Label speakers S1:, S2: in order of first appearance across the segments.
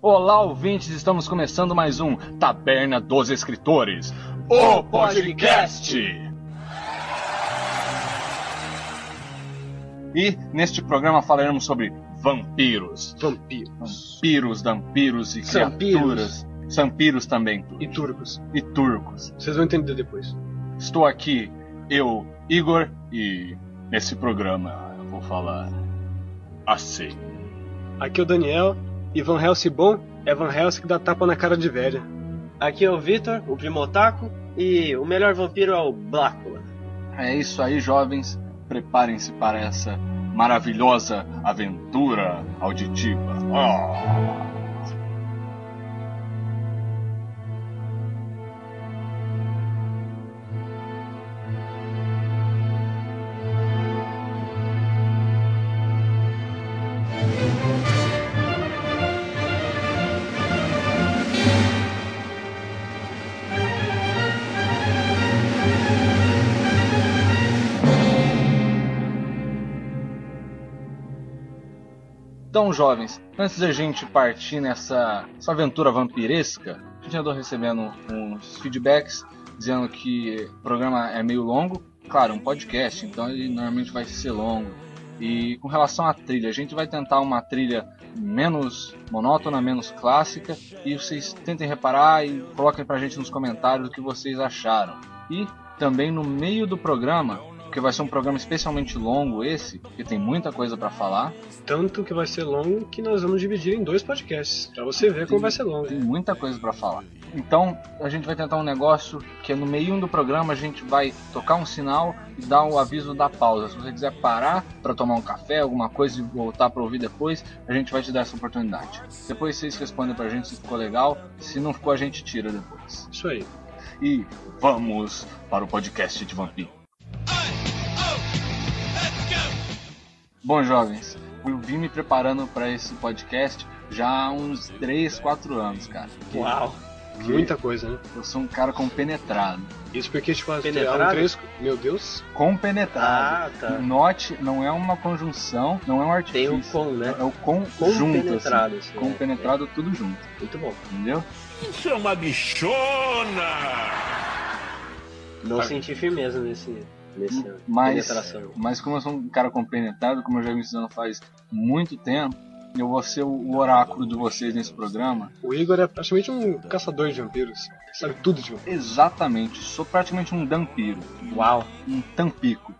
S1: Olá, ouvintes, estamos começando mais um Taberna dos Escritores, o podcast! E neste programa falaremos sobre vampiros,
S2: Vampiros.
S1: piros, dampiros e
S2: Sampiros.
S1: criaturas, sampiros também,
S2: E turcos.
S1: e turcos.
S2: Vocês vão entender depois.
S1: Estou aqui, eu, Igor, e nesse programa eu vou falar assim.
S2: Aqui é o Daniel, e Van Helsing bom é Van Helsing que dá tapa na cara de velha.
S3: Aqui é o Vitor, o primo otaku, e o melhor vampiro é o Blácula.
S1: É isso aí, jovens. Preparem-se para essa maravilhosa aventura auditiva. Ah! Então, jovens, antes da gente partir nessa essa aventura vampiresca, a gente andou recebendo uns feedbacks dizendo que o programa é meio longo. Claro, um podcast, então ele normalmente vai ser longo. E com relação à trilha, a gente vai tentar uma trilha menos monótona, menos clássica, e vocês tentem reparar e coloquem pra gente nos comentários o que vocês acharam. E também no meio do programa, porque vai ser um programa especialmente longo esse, que tem muita coisa pra falar,
S2: Tanto que vai ser longo que nós vamos dividir em dois podcasts, pra você ver como vai ser longo.
S1: Tem muita coisa pra falar. Então, a gente vai tentar um negócio que é no meio do programa a gente vai tocar um sinal e dar o aviso da pausa. Se você quiser parar pra tomar um café, alguma coisa e voltar pra ouvir depois, a gente vai te dar essa oportunidade. Depois vocês respondem pra gente se ficou legal, se não ficou a gente tira depois.
S2: Isso aí.
S1: E vamos para o podcast de vampiro. Bom, jovens, eu vim me preparando pra esse podcast já há uns 3, 4 anos, cara. Que-
S3: Uau!
S2: Muita coisa, né?
S1: eu sou um cara compenetrado.
S2: Isso porque, tipo, as
S3: Penetrado?
S2: há um três... Meu Deus.
S1: Compenetrado.
S3: Ah, tá.
S1: Note não é uma conjunção, não é um
S3: Tem
S1: artifício.
S3: o com, né?
S1: É o con junto, assim.
S3: Compenetrado. assim, né?
S1: Compenetrado tudo junto,
S3: Muito bom.
S1: entendeu?
S4: Isso é uma bichona!
S3: Não
S2: Ah.
S3: senti firmeza nesse, nesse
S1: Mas,
S3: penetração.
S1: mas como eu sou um cara compenetrado, como eu já me ensinando faz muito tempo, eu vou ser o oráculo de vocês nesse programa.
S2: O Igor é praticamente um caçador de vampiros. Sabe tudo de vampiro.
S1: Exatamente, sou praticamente um dampiro,
S3: Uau!
S1: um tampico.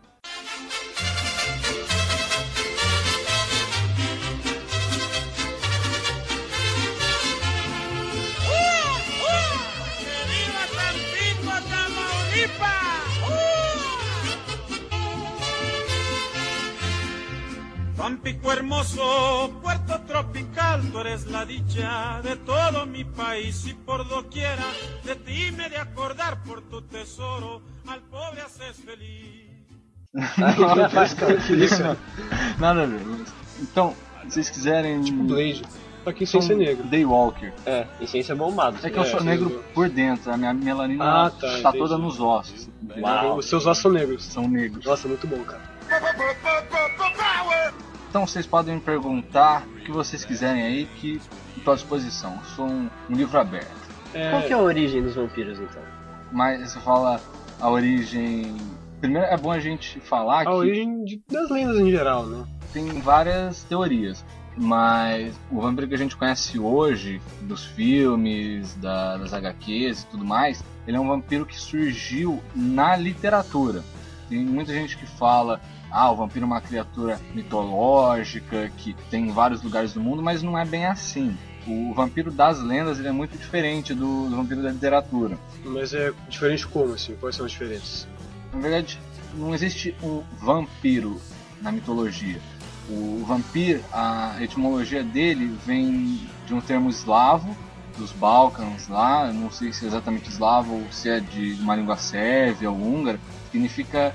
S4: Viva Tampico, Tamaulipas! Tampico hermoso, puerto tropical, tú eres la dicha de todo mi país y por doquiera de ti me he de acordar por tu tesoro, al pobre haces feliz.
S3: Ainda faz
S2: Isso,
S1: Nada a ver. mas- Então, se vocês quiserem.
S2: tipo Blade. Só que
S1: sou
S2: sem ser
S1: um
S2: negro.
S1: Daywalker.
S3: É, essência bombado.
S1: É que eu
S2: É,
S1: sou
S2: sim,
S1: negro
S2: eu-
S1: por dentro, a minha melanina
S2: Ah, tá,
S1: tá,
S2: entendi.
S1: toda nos ossos.
S3: Uau!
S2: Os seus ossos são negros.
S1: São negros.
S2: Nossa, muito bom, cara.
S1: Então vocês podem me perguntar o que vocês quiserem aí, que estou à disposição. Eu Sou um, um livro aberto.
S2: né?
S3: Qual que é a origem dos vampiros, então?
S1: Mas você fala a origem. Primeiro é bom a gente falar
S2: A
S1: que
S2: origem de- das lendas em geral, né?
S1: tem várias teorias. Mas o vampiro que a gente conhece hoje, dos filmes, da- das HQs e tudo mais, ele é um vampiro que surgiu na literatura. Tem muita gente que fala, ah, o vampiro é uma criatura mitológica, que tem em vários lugares do mundo, mas não é bem assim. O vampiro das lendas ele é muito diferente do- do vampiro da literatura.
S2: Mas é diferente como, assim? Quais são as diferenças?
S1: Na verdade, não existe um vampiro na mitologia. O vampiro, a etimologia dele vem de um termo eslavo, dos Balcãs lá, eu não sei se é exatamente eslavo ou se é de uma língua sérvia ou húngara, significa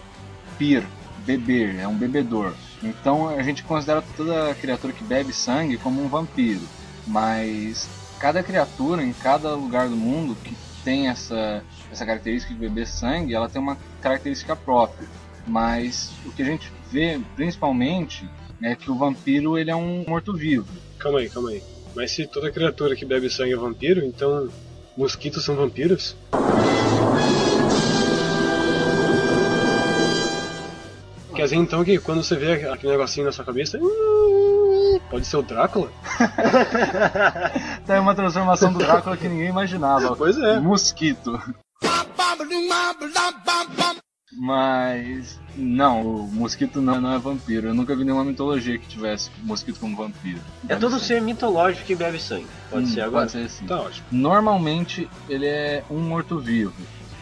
S1: pir, beber, é um bebedor. Então a gente considera toda criatura que bebe sangue como um vampiro, mas cada criatura em cada lugar do mundo que tem essa, essa característica de beber sangue, ela tem uma característica própria. Mas o que a gente vê principalmente é que o vampiro ele é um morto-vivo.
S2: Calma aí, calma aí. Mas se toda criatura que bebe sangue é vampiro, então mosquitos são vampiros? Quer dizer então que quando você vê aquele negocinho na sua cabeça, pode ser o Drácula?
S1: Tá aí uma transformação do Drácula que ninguém imaginava.
S2: Pois é.
S1: Mosquito. Mas não, o mosquito não, não é vampiro. Eu nunca vi nenhuma mitologia que tivesse mosquito como vampiro.
S3: É todo ser mitológico que bebe sangue. Pode
S1: Hum,
S3: ser agora.
S1: Pode ser assim.
S2: Tá ótimo.
S1: Normalmente ele é um morto-vivo.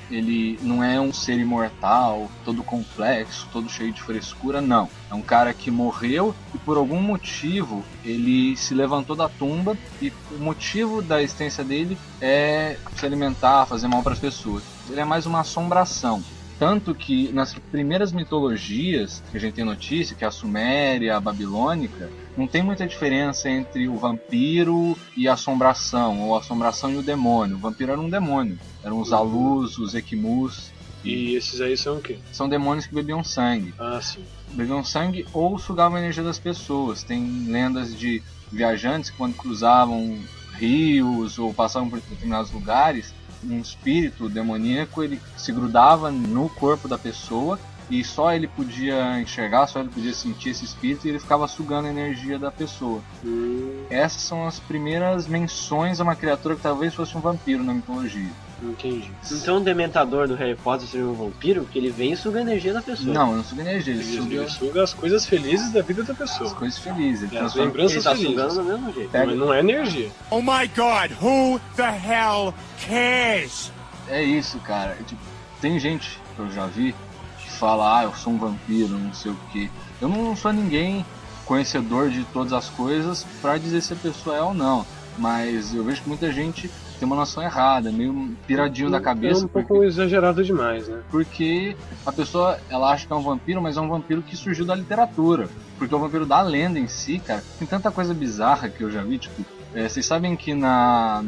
S1: Ele não é um ser imortal, todo complexo, todo cheio de frescura, não. É um cara que morreu e por algum motivo ele se levantou da tumba e o motivo da existência dele é se alimentar, fazer mal para as pessoas. Ele é mais uma assombração. Tanto que nas primeiras mitologias que a gente tem notícia, que é a Suméria, a Babilônica, não tem muita diferença entre o vampiro e a assombração, ou a assombração e o demônio. O vampiro era um demônio, eram os Alus, os Equimus,
S2: E esses aí são o quê?
S1: são demônios que bebiam sangue.
S2: Ah, sim.
S1: Bebiam um sangue ou sugavam a energia das pessoas. Tem lendas de viajantes que quando cruzavam rios ou passavam por determinados lugares, um espírito demoníaco ele se grudava no corpo da pessoa e só ele podia enxergar, só ele podia sentir esse espírito e ele ficava sugando a energia da pessoa.
S2: Hum,
S1: Essas são as primeiras menções a uma criatura que talvez fosse um vampiro na mitologia.
S2: entendi.
S3: Então o dementador do Harry Potter seria um vampiro que ele vem e suga a energia da pessoa.
S1: Não, não suga energia, ele
S2: Ele
S1: suga
S2: ele suga as coisas felizes da vida da pessoa.
S1: as coisas felizes. Ele
S2: É, as
S1: transforma-
S3: Ele
S2: lembranças
S3: tá sugando
S2: felizes.
S3: do mesmo jeito.
S1: pega-
S2: Mas não é energia.
S5: Oh my god, who the hell cares?
S1: É isso, cara. Tipo, tem gente que eu já vi que fala, ah, eu sou um vampiro, não sei o quê. Eu não sou ninguém conhecedor de todas as coisas pra dizer se a pessoa é ou não. Mas eu vejo que muita gente tem uma noção errada, meio piradinho da
S2: É
S1: cabeça.
S2: um pouco exagerado demais, né?
S1: porque a pessoa ela acha que é um vampiro, mas é um vampiro que surgiu da literatura. Porque o vampiro da lenda em si, cara, tem tanta coisa bizarra que eu já vi. Tipo, eh, vocês sabem que na,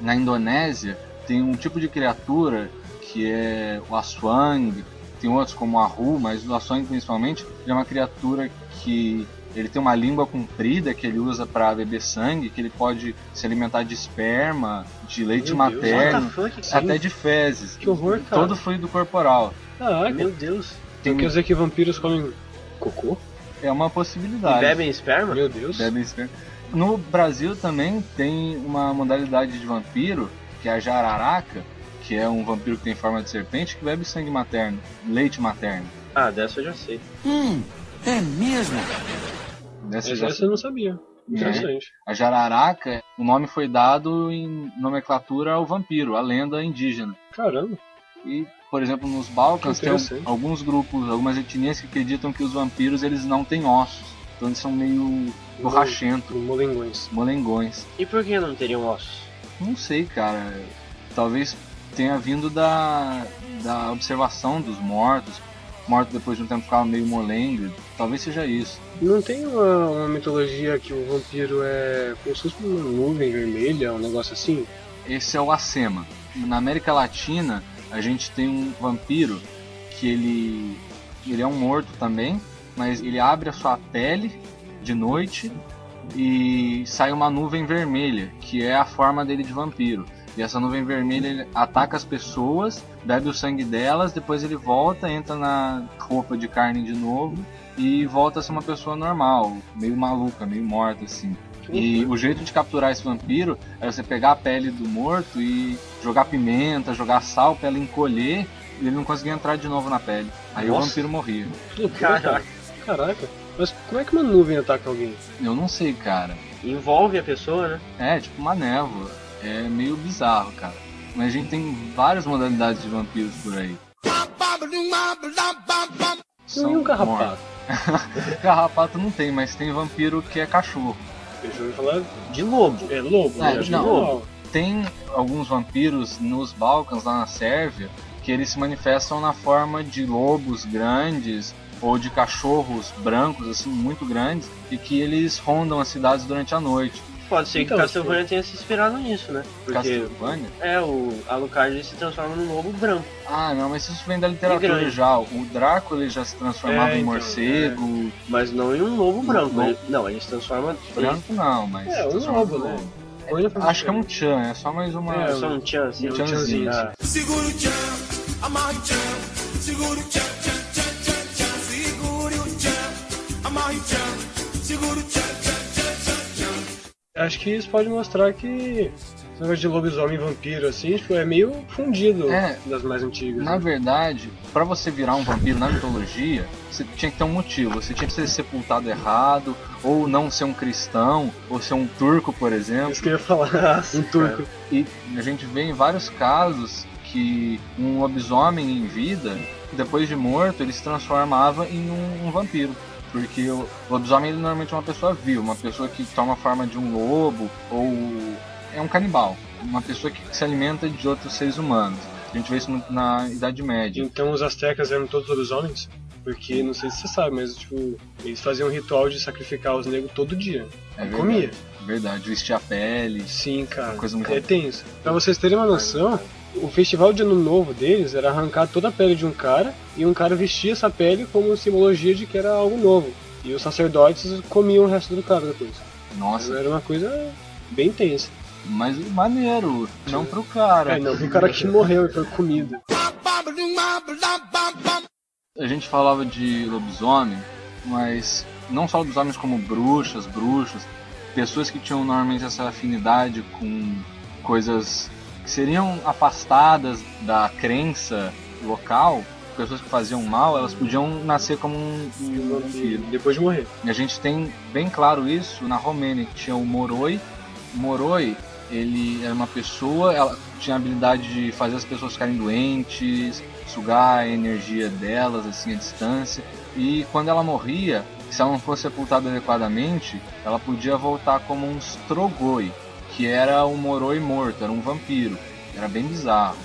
S1: na Indonésia tem um tipo de criatura que é o Aswang, tem outros como o Ahu, mas o Aswang principalmente ele é uma criatura que ele tem uma língua comprida que ele usa para beber sangue, que ele pode se alimentar de esperma, de leite
S2: Meu Deus.
S1: materno,
S3: What the fuck?
S1: até de fezes.
S2: Que horror, cara.
S1: Todo fluido corporal.
S2: Caraca.
S3: Meu Deus.
S1: Tem-
S2: Então quer dizer que vampiros comem cocô?
S1: É uma
S3: E
S1: possibilidade.
S3: bebem esperma?
S2: Meu Deus.
S1: Bebem esperma. No Brasil também tem uma modalidade de vampiro, que é a jararaca, que é um vampiro que tem forma de serpente que bebe sangue materno, leite materno.
S3: Ah, dessa eu já sei.
S5: Hum, é mesmo?
S1: Dessa
S2: Essa
S1: Né? já-
S2: essa eu não sabia.
S1: Né?
S2: Interessante.
S1: A jararaca, o nome foi dado em nomenclatura ao vampiro, a lenda indígena.
S2: Caramba.
S1: E, por exemplo, nos Balcãs
S2: Que
S1: tem
S2: interessante.
S1: alguns grupos, algumas etnias que acreditam que os vampiros eles não têm ossos. Então eles são meio borrachentos,
S2: Molengões.
S1: molengões.
S3: E por que não teriam ossos?
S1: Não sei, cara. Talvez tenha vindo da, da observação dos mortos. Morto depois de um tempo ficava meio molengo. Talvez seja isso.
S2: Não tem uma, uma mitologia que o vampiro é como se fosse uma nuvem vermelha, um negócio assim?
S1: Esse é o Acema. Na América Latina, a gente tem um vampiro que ele, ele é um morto também, mas ele abre a sua pele de noite e sai uma nuvem vermelha, que é a forma dele de vampiro. E essa nuvem vermelha ele ataca as pessoas, bebe o sangue delas, depois ele volta, entra na roupa de carne de novo e volta a ser uma pessoa normal, meio maluca, meio morta assim. E o jeito de capturar esse vampiro era você pegar a pele do morto e jogar pimenta, jogar sal pra ela encolher e ele não conseguia entrar de novo na pele. Aí o
S3: Nossa.
S1: vampiro morria.
S2: Que loucura,
S3: Caraca.
S2: cara. Caraca. Mas como é que uma nuvem ataca alguém?
S1: Eu não sei, cara.
S3: Envolve a pessoa, né?
S1: É, tipo uma névoa. É meio bizarro, cara. Mas a gente tem várias modalidades de vampiros por aí.
S2: Não, e um
S1: mortos.
S2: carrapato?
S1: Carrapato não tem, mas tem vampiro que é cachorro.
S2: Eu já ouvi falar.
S3: De lobo.
S2: É lobo,
S1: Ah,
S2: né? Acho que
S1: não.
S2: é lobo.
S1: Tem alguns vampiros nos Balcãs, lá na Sérvia, que eles se manifestam na forma de lobos grandes ou de cachorros brancos, assim, muito grandes, e que eles rondam as cidades durante a noite.
S3: Pode ser
S2: Então,
S3: que Castlevania tenha se inspirado nisso, né? Porque
S1: Castlevania?
S3: é, o Alucard ele se transforma num lobo branco.
S1: Ah, não, mas isso vem da literatura
S3: grande.
S1: já. O Drácula ele já se transformava
S2: É,
S1: em
S2: então, é.
S1: morcego.
S3: Mas não em um lobo branco.
S1: lobo.
S3: Ele- não, ele se transforma. Ele,
S1: Branco não, mas.
S2: É, um
S1: transformava
S2: lobo, né?
S1: no-
S2: Olha pra
S1: Acho que é um Chan, é só mais uma.
S2: É,
S3: só um chance.
S1: Um tchanzinho.
S3: um tchanzinho,
S2: assim.
S3: ah.
S6: Segura o tchan, amarre o tchan, segura o tchan, tchan, tchan, tchan, tchan, segure o tchan, amarre o tchan, segura o tchan, tchan, tchan, tchan, tchan.
S2: Acho que isso pode mostrar que esse negócio de lobisomem e vampiro, assim, tipo, é meio fundido
S1: É.
S2: das mais antigas.
S1: Na
S2: né?
S1: verdade, pra você virar um vampiro na mitologia, você tinha que ter um motivo. Você tinha que ser sepultado errado, ou não ser um cristão, ou ser um turco, por exemplo.
S2: Isso que eu ia falar em
S1: Um
S2: turco.
S1: E a gente vê em vários casos que um lobisomem em vida, depois de morto, ele se transformava em um, um vampiro. Porque o lobisomem ele normalmente é uma pessoa vil, uma pessoa que toma a forma de um lobo ou é um canibal, uma pessoa que se alimenta de outros seres humanos. A gente vê isso muito na Idade Média.
S2: Então os astecas eram todos lobisomens? Porque, não sei se você sabe, mas, tipo, eles faziam um ritual de sacrificar os negros todo dia.
S1: É
S2: E
S1: verdade.
S2: comia.
S1: Verdade, vestir a pele.
S2: Sim, cara.
S1: Uma coisa muito-
S2: É tenso. Pra vocês terem uma noção, o festival de ano novo deles era arrancar toda a pele de um cara e um cara vestia essa pele como simbologia de que era algo novo. E os sacerdotes comiam o resto do cara depois.
S1: Nossa,
S2: Era uma coisa bem tensa.
S1: mas maneiro. Não pro
S2: É,
S1: cara.
S2: não, o cara que morreu e foi comido.
S1: A gente falava de lobisomem, mas não só lobisomens como bruxas, bruxos, pessoas que tinham normalmente essa afinidade com coisas que seriam afastadas da crença local, pessoas que faziam mal, elas podiam nascer como um, um vampiro.
S2: Depois de morrer.
S1: E a gente tem bem claro isso na Romênia, que tinha o Moroi. O Moroi, ele era uma pessoa, ela tinha a habilidade de fazer as pessoas ficarem doentes, sugar a energia delas, assim, à distância. E quando ela morria, se ela não fosse sepultada adequadamente, ela podia voltar como um Strogoi, que era o Moroi morto, era um vampiro. Era bem bizarro.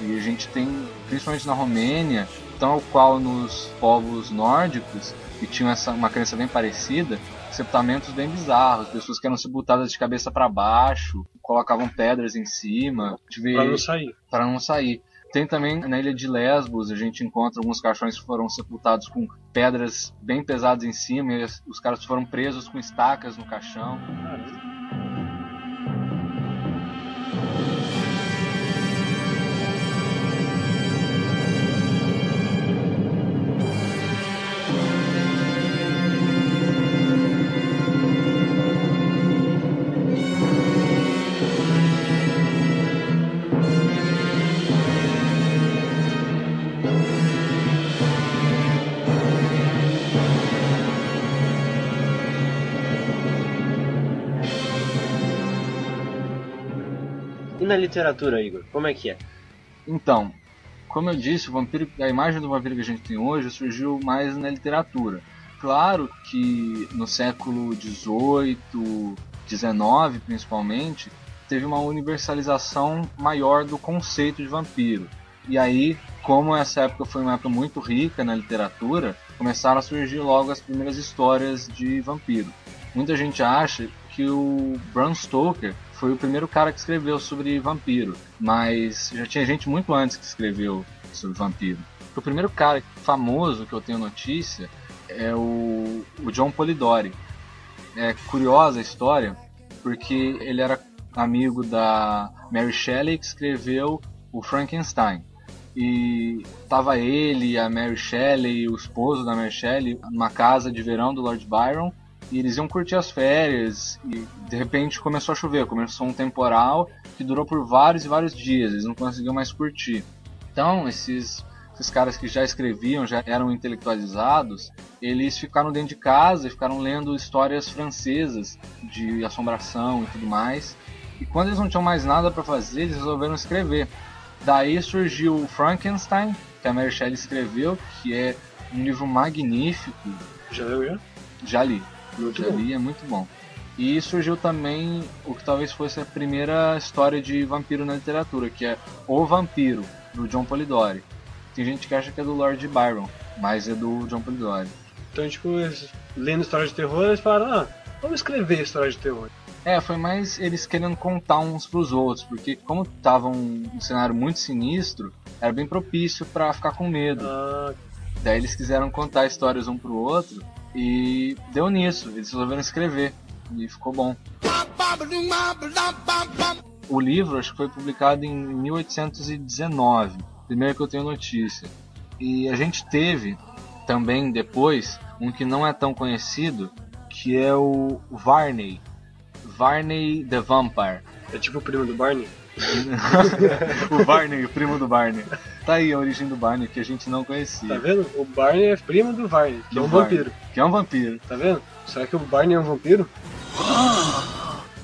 S1: E a gente tem, principalmente na Romênia, tal qual nos povos nórdicos, que tinham essa, uma crença bem parecida, sepultamentos bem bizarros, pessoas que eram sepultadas de cabeça para baixo, colocavam pedras em cima, tive-
S2: Pra não sair.
S1: para não sair. Tem também na ilha de Lesbos, a gente encontra alguns caixões que foram sepultados com pedras bem pesadas em cima, e os- os caras foram presos com estacas no caixão.
S3: assim. E na literatura, Igor? Como é que é?
S1: Então, como eu disse, o vampiro, a imagem do vampiro que a gente tem hoje surgiu mais na literatura. Claro que no século XVIII, XIX principalmente, teve uma universalização maior do conceito de vampiro. E aí, como essa época foi uma época muito rica na literatura, começaram a surgir logo as primeiras histórias de vampiro. Muita gente acha que o Bram Stoker foi o primeiro cara que escreveu sobre vampiro, mas já tinha gente muito antes que escreveu sobre vampiro. O primeiro cara famoso que eu tenho notícia é o, o John Polidori. É curiosa a história, porque ele era amigo da Mary Shelley que escreveu o Frankenstein. E tava ele, a Mary Shelley e o esposo da Mary Shelley numa casa de verão do Lord Byron e eles iam curtir as férias e de repente começou a chover, começou um temporal que durou por vários e vários dias, eles não conseguiam mais curtir. Então, esses, esses caras que já escreviam, já eram intelectualizados, eles ficaram dentro de casa e ficaram lendo histórias francesas de assombração e tudo mais. E quando eles não tinham mais nada para fazer, eles resolveram escrever. Daí surgiu o Frankenstein, que a Mary Shelley escreveu, que é um livro magnífico,
S2: Já leu já?
S1: já li.
S2: Muito
S1: Já
S2: bom.
S1: li, é muito bom. E surgiu também o que talvez fosse a primeira história de vampiro na literatura, que é O Vampiro, do John Polidori. Tem gente que acha que é do Lord Byron, mas é do John Polidori.
S2: Então, tipo, eles lendo história de terror, eles falaram, ah, vamos escrever história de terror.
S1: É, foi mais eles querendo contar uns pros outros, porque como tava um, um cenário muito sinistro, era bem propício pra ficar com medo.
S3: Ah,
S1: Daí eles quiseram contar histórias um pro outro e deu nisso, eles resolveram escrever e ficou bom. O livro acho que foi publicado em 1819, primeiro que eu tenho notícia. E a gente teve também depois um que não é tão conhecido, que é o Varney. Varney the Vampire.
S2: É tipo o primo do Barney.
S1: o Varney, o primo do Barney. Tá aí a origem do Barney que a gente não
S2: Tá
S1: conhecia.
S2: vendo? O Barney é primo do Varney, que é um
S1: Do Varney,
S2: vampiro.
S1: Que é um vampiro.
S2: Tá vendo? Será que o Barney é um vampiro?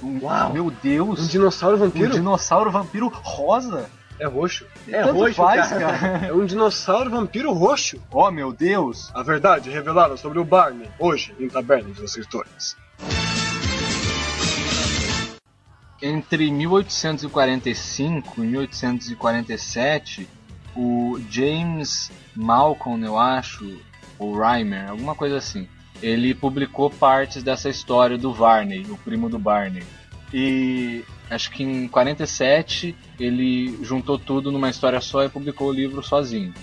S1: Um-
S2: Uau!
S1: Meu
S2: Um
S1: Deus!
S2: dinossauro vampiro?
S1: Um dinossauro vampiro rosa?
S2: É roxo.
S3: é
S1: Tanto
S3: roxo,
S1: faz,
S3: cara.
S2: É um dinossauro vampiro roxo.
S1: Oh, meu Deus!
S2: A verdade revelada sobre o Barney, hoje, em Taberna dos Escritores.
S1: Entre 1845 e 1847, o James Malcolm, eu acho, ou Reimer, alguma coisa assim, ele publicou partes dessa história do Varney, o primo do Barney. E acho que em 47 ele juntou tudo numa história só e publicou o livro sozinho.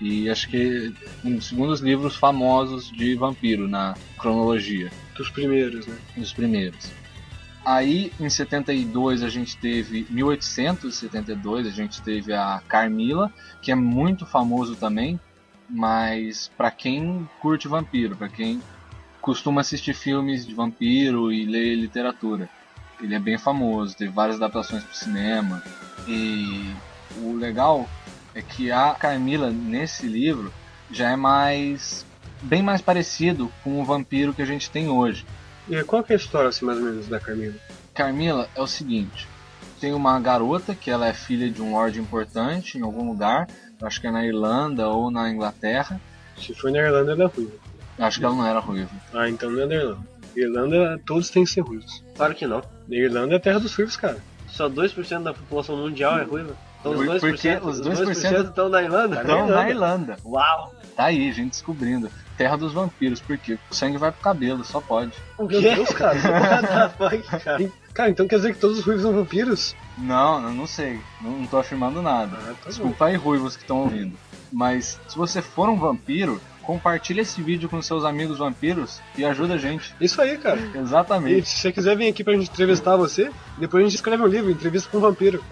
S1: E acho que um dos segundos livros famosos de vampiro na cronologia
S2: Dos primeiros, né?
S1: dos primeiros. Aí em 72 a gente teve 1872 a gente teve a Carmila, que é muito famoso também, mas para quem curte vampiro, para quem costuma assistir filmes de vampiro e ler literatura, ele é bem famoso, teve várias adaptações para cinema. E o legal é que a Carmila nesse livro já é mais bem mais parecido com o vampiro que a gente tem hoje.
S2: E qual que é a história, assim, mais ou menos, da Carmila?
S1: Carmila, é o seguinte: tem uma garota que ela é filha de um lord importante em algum lugar, eu acho que é na Irlanda ou na Inglaterra.
S2: Se for na Irlanda, ela é ruiva.
S1: Eu Acho que ela não era ruiva.
S2: Ah, então não é na Irlanda. Irlanda, todos têm que ser ruivos.
S3: claro que não.
S2: Na Irlanda é a terra dos ruivos, cara.
S3: Só 2% da população mundial é ruiva. Então os
S1: Por-
S3: 2%,
S1: porque os
S3: os 2%
S1: 2%
S3: estão na Irlanda? Tá
S1: Então, na Irlanda.
S3: Uau!
S1: Tá aí, gente descobrindo. Terra dos vampiros, porque o sangue vai pro cabelo, só pode.
S2: Meu Deus, cara.
S3: What the fuck, cara?
S2: cara, então quer dizer que todos os ruivos são vampiros?
S1: Não, eu não sei. Não, não tô afirmando nada.
S2: Ah, tá bom.
S1: Desculpa aí, ruivos que estão ouvindo. Mas se você for um vampiro, compartilha esse vídeo com seus amigos vampiros e ajuda a gente.
S2: Isso aí, cara. E
S1: Exatamente.
S2: se você quiser vir aqui pra gente entrevistar você, depois a gente escreve um livro, Entrevista com um Vampiro.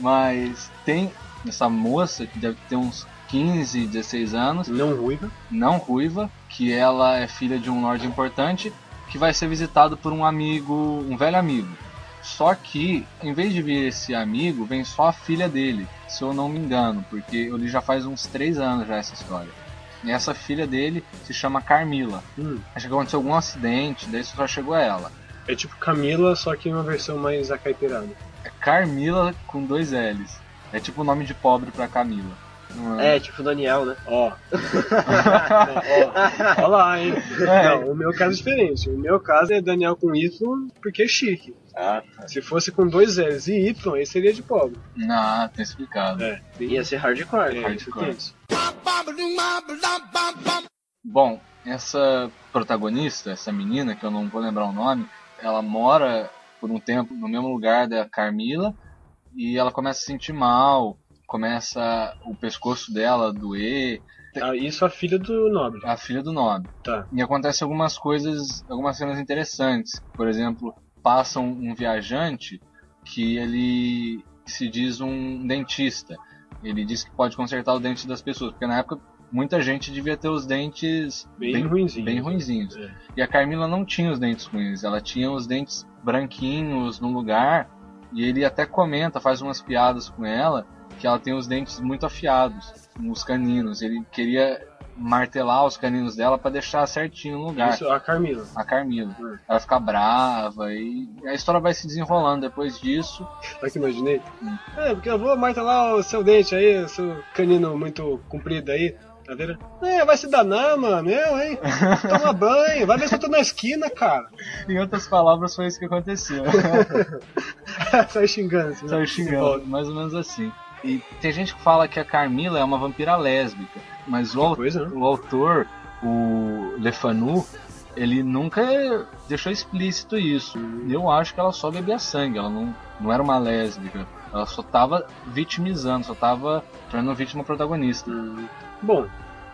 S1: Mas tem essa moça que deve ter uns 15, 16 anos,
S2: Não ruiva.
S1: não ruiva, que ela é filha de um lord importante, que vai ser visitado por um amigo, um velho amigo. Só que, em vez de vir esse amigo, vem só a filha dele, se eu não me engano, porque eu li já faz uns três anos já essa história. E essa filha dele se chama Carmila.
S2: Hum.
S1: Acho que aconteceu algum acidente, daí só chegou ela.
S2: É tipo Camila, só que uma versão mais acaipirada.
S1: É Carmila com dois L's. É tipo o nome de pobre pra Camila. Não
S3: É, tipo o Daniel, né?
S2: Ó. Ó. Ó lá, hein? Não, o meu caso é diferente. O meu caso é Daniel com Y porque é chique.
S1: Ah,
S2: Se fosse com dois L's e Y, aí seria de pobre.
S1: Não, tá explicado.
S2: É.
S3: Ia ser hardcore.
S2: É,
S3: cara.
S2: isso tem isso.
S1: Bom, essa protagonista, essa menina, que eu não vou lembrar o nome, ela mora por um tempo no mesmo lugar da Carmila e ela começa a se sentir mal, começa o pescoço dela a doer,
S2: Ah, isso a filha do nobre.
S1: a filha do nobre.
S2: Tá.
S1: E acontece algumas coisas, algumas cenas interessantes. Por exemplo, passa um, um viajante que ele se diz um dentista. Ele diz que pode consertar o dente das pessoas, porque na época muita gente devia ter os dentes
S2: Bem,
S1: bem,
S2: ruinzinho.
S1: bem ruinzinhos.
S2: É.
S1: E a Carmila não tinha os dentes ruins, ela tinha os dentes branquinhos num lugar, e ele até comenta, faz umas piadas com ela, que ela tem os dentes muito afiados, nos caninos. Ele queria martelar os caninos dela para deixar certinho no lugar.
S2: Isso, a Carmila.
S1: A Carmila.
S2: Hum.
S1: Ela fica brava e a história vai se desenrolando depois disso.
S2: Sabe que eu imaginei? É, porque eu vou martelar o seu dente aí, o seu canino muito comprido aí.
S3: cadeira.
S2: É, vai se danar, mano. Eu, hein? Toma banho. Vai ver se eu tô na esquina, cara.
S1: Em outras palavras, foi isso que aconteceu.
S2: Sai xingando. assim,
S1: Saiu
S2: né?
S1: xingando, mais ou menos assim. E tem gente que fala que a Carmila é uma vampira lésbica, mas o, au-
S2: coisa, né?
S1: o autor, o Lefanu, ele nunca deixou explícito isso. Eu acho que ela só bebia sangue, ela não, não era uma lésbica. Ela só tava vitimizando, só tava tornando a vítima protagonista.
S2: Bom,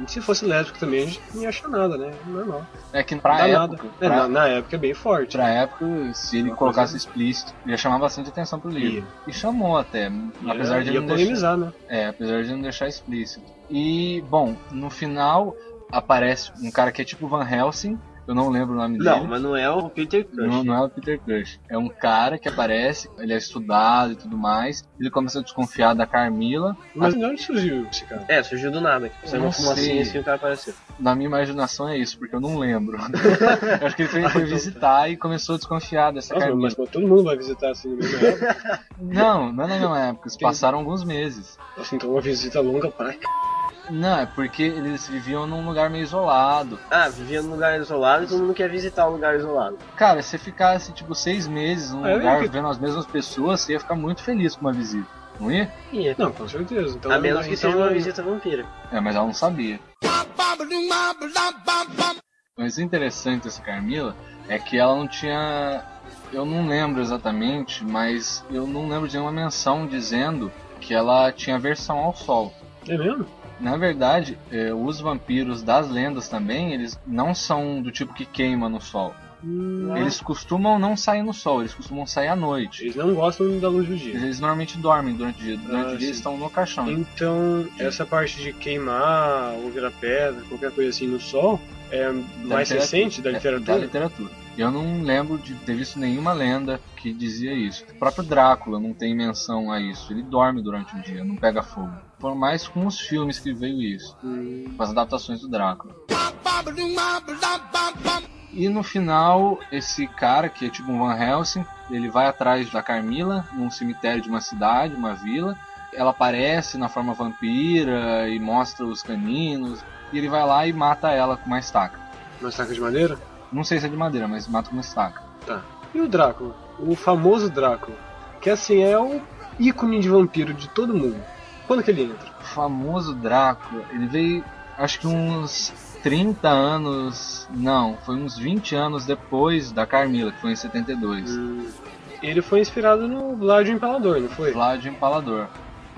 S2: se fosse lésbico também, a gente não ia achar nada, né? Normal.
S1: É que pra
S2: Dá
S1: época,
S2: nada. É,
S1: pra-
S2: na, na época é bem forte.
S1: Pra época, se ele
S2: Uma
S1: colocasse
S2: coisa-
S1: explícito, ia chamar bastante atenção pro livro. E chamou até, apesar
S2: ia,
S1: de
S2: É, ia
S1: ele não deixar-
S2: polemizar, né?
S1: É, apesar de não deixar explícito. E, bom, no final aparece um cara que é tipo Van Helsing, eu não lembro o nome
S3: Não,
S1: dele.
S3: mas não é o Peter Crush.
S1: Não, não é o Peter Crush. É um cara que aparece, ele é estudado e tudo mais. Ele começa a desconfiar da Carmila.
S2: Mas de onde surgiu esse cara?
S3: É, surgiu do nada. Tipo, Você
S1: Eu
S3: não
S1: não
S3: fumou assim,
S1: sei.
S3: assim o cara apareceu.
S1: Na minha imaginação é isso, porque eu não lembro. eu acho que ele foi, foi visitar e começou a desconfiar dessa
S2: Então tá.
S1: Carmila.
S2: Nossa, mas pô, todo mundo vai visitar assim no mesmo época.
S1: Não, não é na mesma época, se passaram alguns meses.
S2: Assim, então uma visita longa pra c...
S1: Não, é porque eles viviam num lugar meio isolado.
S3: Ah, vivia num lugar isolado e todo mundo quer visitar um lugar isolado.
S1: Cara, se você ficasse tipo seis meses num
S2: Ah, eu
S1: lugar
S2: ia-
S1: vendo as mesmas pessoas, você ia ficar muito feliz com uma visita, não ia?
S3: E é.
S2: Não, com certeza. Então,
S3: A menos que
S2: então,
S3: seja uma visita vampira.
S1: É, mas ela não sabia.
S6: Ba-ba-ba-ba-ba-ba.
S1: Mas o interessante dessa Carmila é que ela não tinha. Eu não lembro exatamente, mas eu não lembro de nenhuma menção dizendo que ela tinha aversão ao sol.
S2: É mesmo?
S1: Na verdade, eh, os vampiros das lendas também, eles não são do tipo que queima no sol.
S3: Hum,
S2: Uhum.
S1: Eles costumam não sair no sol, eles costumam sair à noite.
S2: Eles não gostam da luz do dia.
S1: Eles normalmente dormem durante o dia. Durante
S2: Ah,
S1: o dia
S2: sim.
S1: eles estão no caixão.
S2: Então, essa parte de queimar ou virar pedra, qualquer coisa assim no sol, é mais
S1: literatura.
S2: recente da
S1: É,
S2: literatura?
S1: Da literatura. Eu não lembro de ter visto nenhuma lenda que dizia isso. O próprio Drácula não tem menção a isso. Ele dorme durante o dia, não pega fogo. Por mais com os filmes que veio isso, com as adaptações do Drácula.
S6: Ba-ba-ba-ba-ba-ba.
S1: E no final, esse cara, que é tipo um Van Helsing, ele vai atrás da Carmila, num cemitério de uma cidade, uma vila. Ela aparece na forma vampira e mostra os caninos. E ele vai lá e mata ela com uma estaca.
S2: Uma estaca de madeira?
S1: Não sei se é de madeira, mas mata com uma estaca.
S2: Tá. E o Drácula? O famoso Drácula. Que assim é o ícone de vampiro de todo mundo. Quando que ele entra?
S1: O famoso Drácula, ele veio acho que uns 30 anos. Não, foi uns 20 anos depois da Carmila, que foi em 72.
S2: Hum, Ele foi inspirado no Vlad o Empalador, não foi?
S1: Vlad Empalador.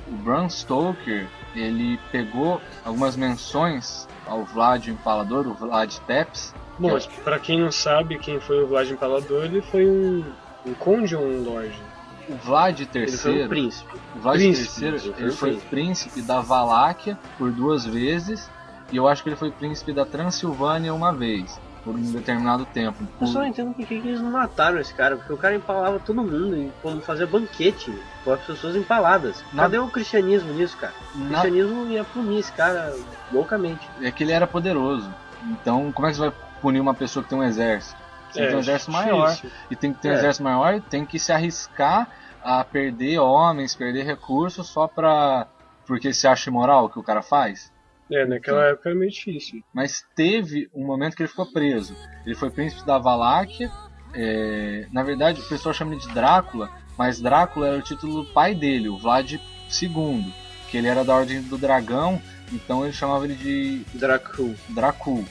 S1: O Bram Stoker, ele pegou algumas menções ao Vlad Empalador, o Vlad Tepes.
S2: Bom, pra quem não sabe quem foi o Vlad o Empalador, ele foi um, um conde ou um lorde?
S1: O Vlad III,
S3: Ele foi um príncipe.
S1: o Vlad
S2: príncipe,
S1: III,
S3: ele foi
S1: ele foi
S3: príncipe.
S1: príncipe da Valáquia por duas vezes, e eu acho que ele foi príncipe da Transilvânia uma vez, por um determinado tempo.
S3: Eu só não entendo por que, que eles não mataram esse cara, porque o cara empalava todo mundo e como fazia banquete né, com as pessoas empaladas.
S1: Na-
S3: Cadê o cristianismo nisso, cara? O
S1: Na-
S3: cristianismo ia punir esse cara loucamente.
S1: é que ele era poderoso. Então, como é que você vai punir uma pessoa que tem um exército? Você tem um exército maior.
S2: É, difícil.
S1: E tem que ter um
S3: É.
S1: exército maior, e tem que se arriscar a perder homens, perder recursos só pra. porque se acha imoral o que o cara faz.
S2: É, naquela época era meio difícil.
S1: Mas teve um momento que ele ficou preso. Ele foi príncipe da Valáquia. é, Na verdade, o pessoal chama ele de Drácula, mas Drácula era o título do pai dele, o Vlad II, que ele era da Ordem do Dragão, então ele chamava ele de
S3: Dracul.
S1: Dracul.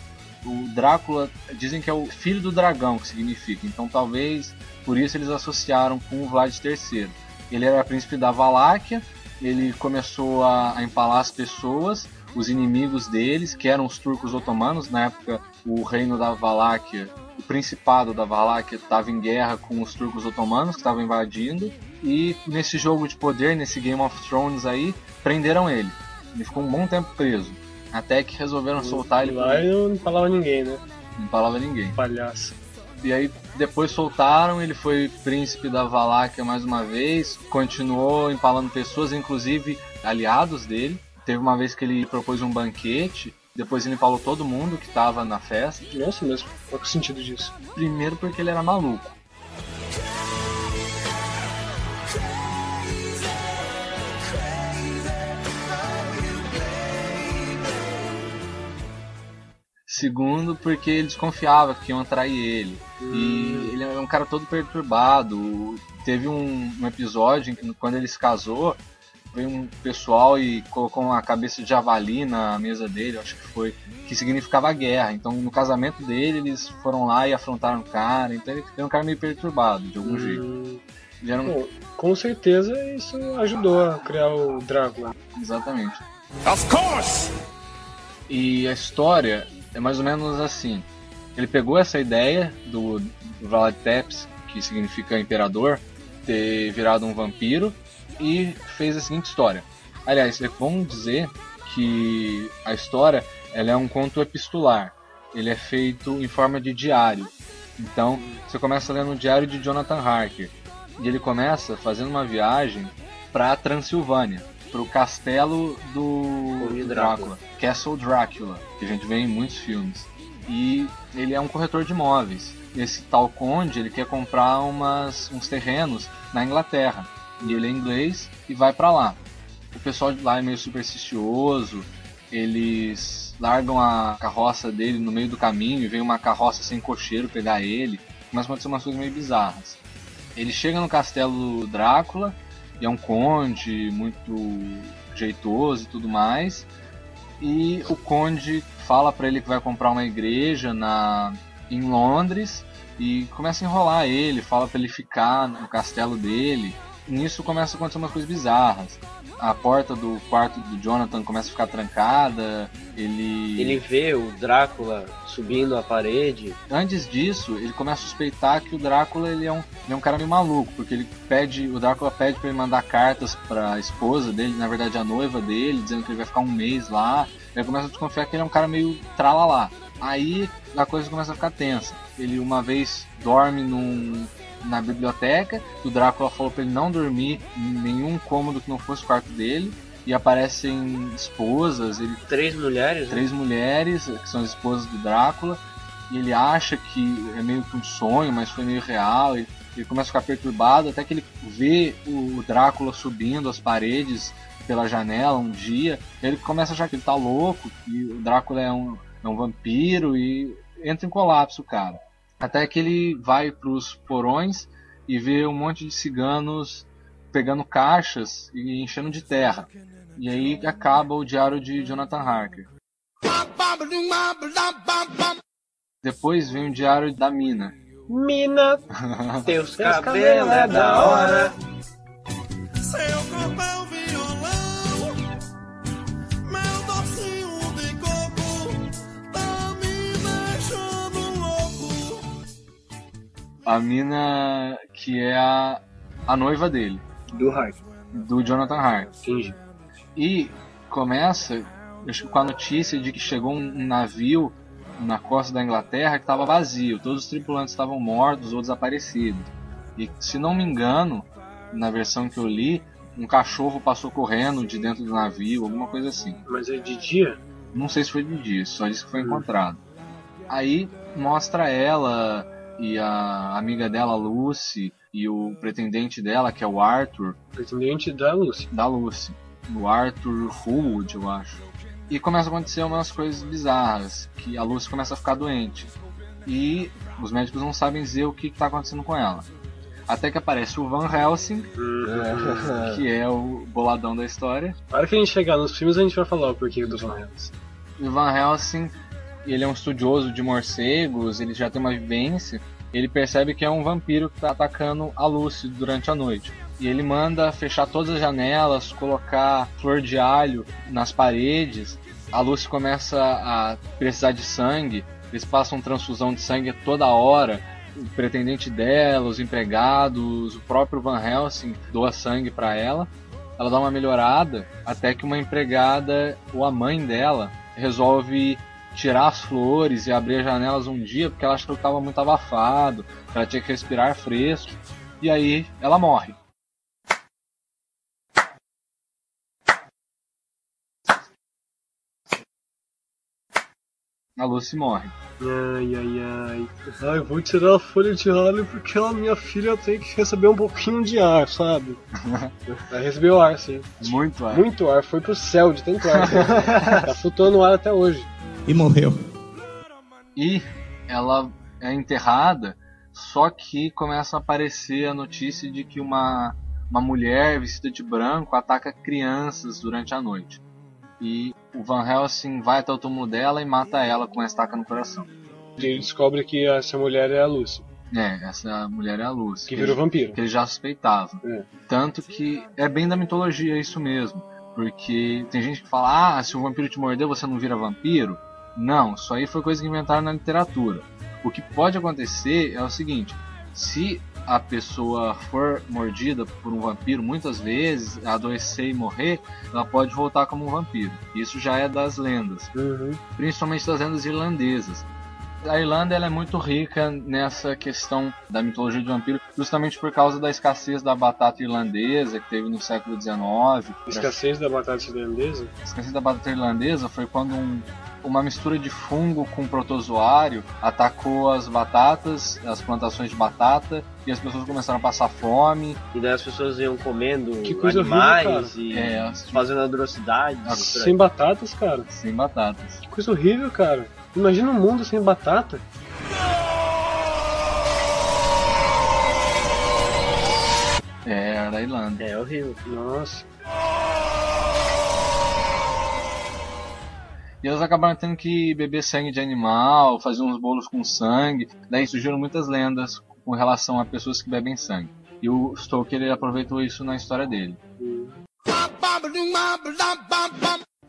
S1: O Drácula dizem que é o filho do dragão que significa, então talvez por isso eles associaram com o Vlad III. Ele era príncipe da Valáquia, ele começou a, a empalar as pessoas, os inimigos deles, que eram os turcos otomanos, na época o reino da Valáquia, o principado da Valáquia estava em guerra com os turcos otomanos que estavam invadindo, e nesse jogo de poder, nesse Game of Thrones aí, prenderam ele. Ele ficou um bom tempo preso. Até que resolveram soltar ele
S2: Lá
S1: por
S2: ele não falava ninguém, né?
S1: não falava ninguém.
S2: Palhaço.
S1: E aí depois soltaram, ele foi príncipe da Valáquia mais uma vez, continuou empalando pessoas, inclusive aliados dele. Teve uma vez que ele propôs um banquete, depois ele empalou todo mundo que estava na festa.
S2: Nossa, mas qual que é o sentido disso?
S1: Primeiro porque ele era maluco. Segundo, porque ele desconfiava que iam atrair ele.
S2: Uhum.
S1: E ele é um cara todo perturbado. Teve um, um episódio em que, quando ele se casou, veio um pessoal e colocou uma cabeça de javali na mesa dele, acho que foi, que significava guerra. Então, no casamento dele, eles foram lá e afrontaram o cara. Então, ele era um cara meio perturbado, de algum jeito.
S2: Hum,
S1: Ele era um-
S2: bom, com certeza isso ajudou a criar o Drácula.
S1: Exatamente.
S5: Of course!
S1: E a história é mais ou menos assim. Ele pegou essa ideia do Vlad Tepes, que significa imperador, ter virado um vampiro, e fez a seguinte história. Aliás, é bom dizer que a história ela é um conto epistolar. Ele é feito em forma de diário. Então, você começa lendo o diário de Jonathan Harker. E ele começa fazendo uma viagem para Transilvânia, para o castelo do,
S3: Conde
S1: do
S3: Drácula.
S1: Drácula, Castle Drácula, que a gente vê em muitos filmes. E ele é um corretor de imóveis. Esse tal conde ele quer comprar umas, uns terrenos na Inglaterra. E ele é inglês e vai para lá. O pessoal de lá é meio supersticioso, eles largam a carroça dele no meio do caminho e vem uma carroça sem cocheiro pegar ele. Começam a acontecer umas coisas meio bizarras. Ele chega no castelo Drácula e é um conde muito jeitoso e tudo mais. E o conde fala pra ele que vai comprar uma igreja na em Londres e começa a enrolar ele, fala pra ele ficar no castelo dele. Nisso começa a acontecer umas coisas bizarras. A porta do quarto do Jonathan começa a ficar trancada. Ele
S3: Ele vê o Drácula subindo a parede.
S1: antes disso, ele começa a suspeitar que o Drácula ele é, um, ele é um cara meio maluco, porque ele pede, o Drácula pede pra ele mandar cartas pra esposa dele, na verdade a noiva dele, dizendo que ele vai ficar um mês lá. Ele começa a desconfiar que ele é um cara meio tralalá. Aí a coisa começa a ficar tensa. Ele uma vez dorme num, na biblioteca, o Drácula falou pra ele não dormir em nenhum cômodo que não fosse o quarto dele. E aparecem esposas, ele
S3: Três mulheres, né?
S1: três mulheres que são as esposas do Drácula e ele acha que é meio que um sonho, mas foi meio real. Ele, ele começa a ficar perturbado até que ele vê o Drácula subindo as paredes pela janela um dia. Ele começa a achar que ele tá louco, que o Drácula é um, é um vampiro e entra em colapso, cara. Até que ele vai pros porões e vê um monte de ciganos pegando caixas e enchendo de terra. E aí acaba o diário de Jonathan Harker. Depois vem o diário da mina.
S2: Mina!
S3: Teus
S2: Teus
S3: cabelos é da hora.
S6: Seu corpo é um violão, meu docinho de coco, tá me deixando louco.
S1: A mina que é a, a noiva dele,
S3: Do Hart.
S1: do Jonathan Hart.
S3: Finge.
S1: E começa acho que com a notícia de que chegou um um navio na costa da Inglaterra que estava vazio. Todos os tripulantes estavam mortos ou desaparecidos. E se não me engano, na versão que eu li, um cachorro passou correndo de dentro do navio, alguma coisa assim.
S2: Mas é de dia?
S1: Não sei se foi de dia, só disse que foi encontrado. Aí mostra ela e a amiga dela, Lucy, e o pretendente dela, que é o Arthur,
S2: Pretendente da Lucy.
S1: da Lucy. O Arthur Wood, eu acho. E começa a acontecer umas coisas bizarras, que a Lucy começa a ficar doente. E os médicos não sabem dizer o que está acontecendo com ela. Até que aparece o Van Helsing, que é o boladão da história.
S2: Na hora que a gente chegar nos filmes, a gente vai falar o porquê dos Van Helsing.
S1: o Van Helsing, ele é um estudioso de morcegos, ele já tem uma vivência, ele percebe que é um vampiro que está atacando a Lucy durante a noite. E ele manda fechar todas as janelas, colocar flor de alho nas paredes. A Lucy começa a precisar de sangue, eles passam transfusão de sangue toda hora. O pretendente dela, os empregados, o próprio Van Helsing doa sangue para ela. Ela dá uma melhorada até que uma empregada ou a mãe dela resolve tirar as flores e abrir as janelas um dia porque ela achou que estava muito abafado, que ela tinha que respirar fresco. E aí ela morre. A Lucy morre.
S2: Ai, ai, ai. Ai, eu vou tirar a folha de alho porque a minha filha tem que receber um pouquinho de ar, sabe? Ela recebeu ar, sim.
S1: Muito
S2: é.
S1: ar.
S2: Muito ar, foi pro céu de tanto ar. tá flutuando ar até hoje.
S7: E morreu.
S1: E ela é enterrada, só que começa a aparecer a notícia de que uma, uma mulher vestida de branco ataca crianças durante a noite. E o Van Helsing vai até o túmulo dela e mata ela com uma estaca no coração.
S2: Ele descobre que essa mulher é a Lucy,
S1: É, essa mulher é a Luz.
S2: que virou vampiro.
S1: que ele já suspeitava.
S2: É.
S1: Tanto que é bem da mitologia isso mesmo. Porque tem gente que fala, ah, se o vampiro te morder, você não vira vampiro. Não, isso aí foi coisa que inventaram na literatura. O que pode acontecer é o seguinte: se a pessoa for mordida por um vampiro muitas vezes, adoecer e morrer, ela pode voltar como um vampiro. Isso já é das lendas
S2: Uhum.
S1: principalmente das lendas irlandesas. A Irlanda ela é muito rica nessa questão da mitologia de vampiro, justamente por causa da escassez da batata irlandesa que teve no século XIX.
S2: Escassez da batata irlandesa.
S1: A escassez da batata irlandesa foi quando um- uma mistura de fungo com protozoário atacou as batatas, as plantações de batata, e as pessoas começaram a passar fome.
S3: E daí as pessoas iam comendo
S2: Que coisa horrível,
S3: animais e
S1: É, Ah, as-
S3: fazendo atrocidades. por aí.
S2: Sem batatas, cara.
S1: sem batatas.
S2: Que coisa horrível, cara. Imagina um mundo sem batata.
S1: É, era a Irlanda.
S3: É horrível.
S2: Nossa.
S1: E elas acabaram tendo que beber sangue de animal, fazer uns bolos com sangue. Daí surgiram muitas lendas com relação a pessoas que bebem sangue. E o Stoker ele aproveitou isso na história dele.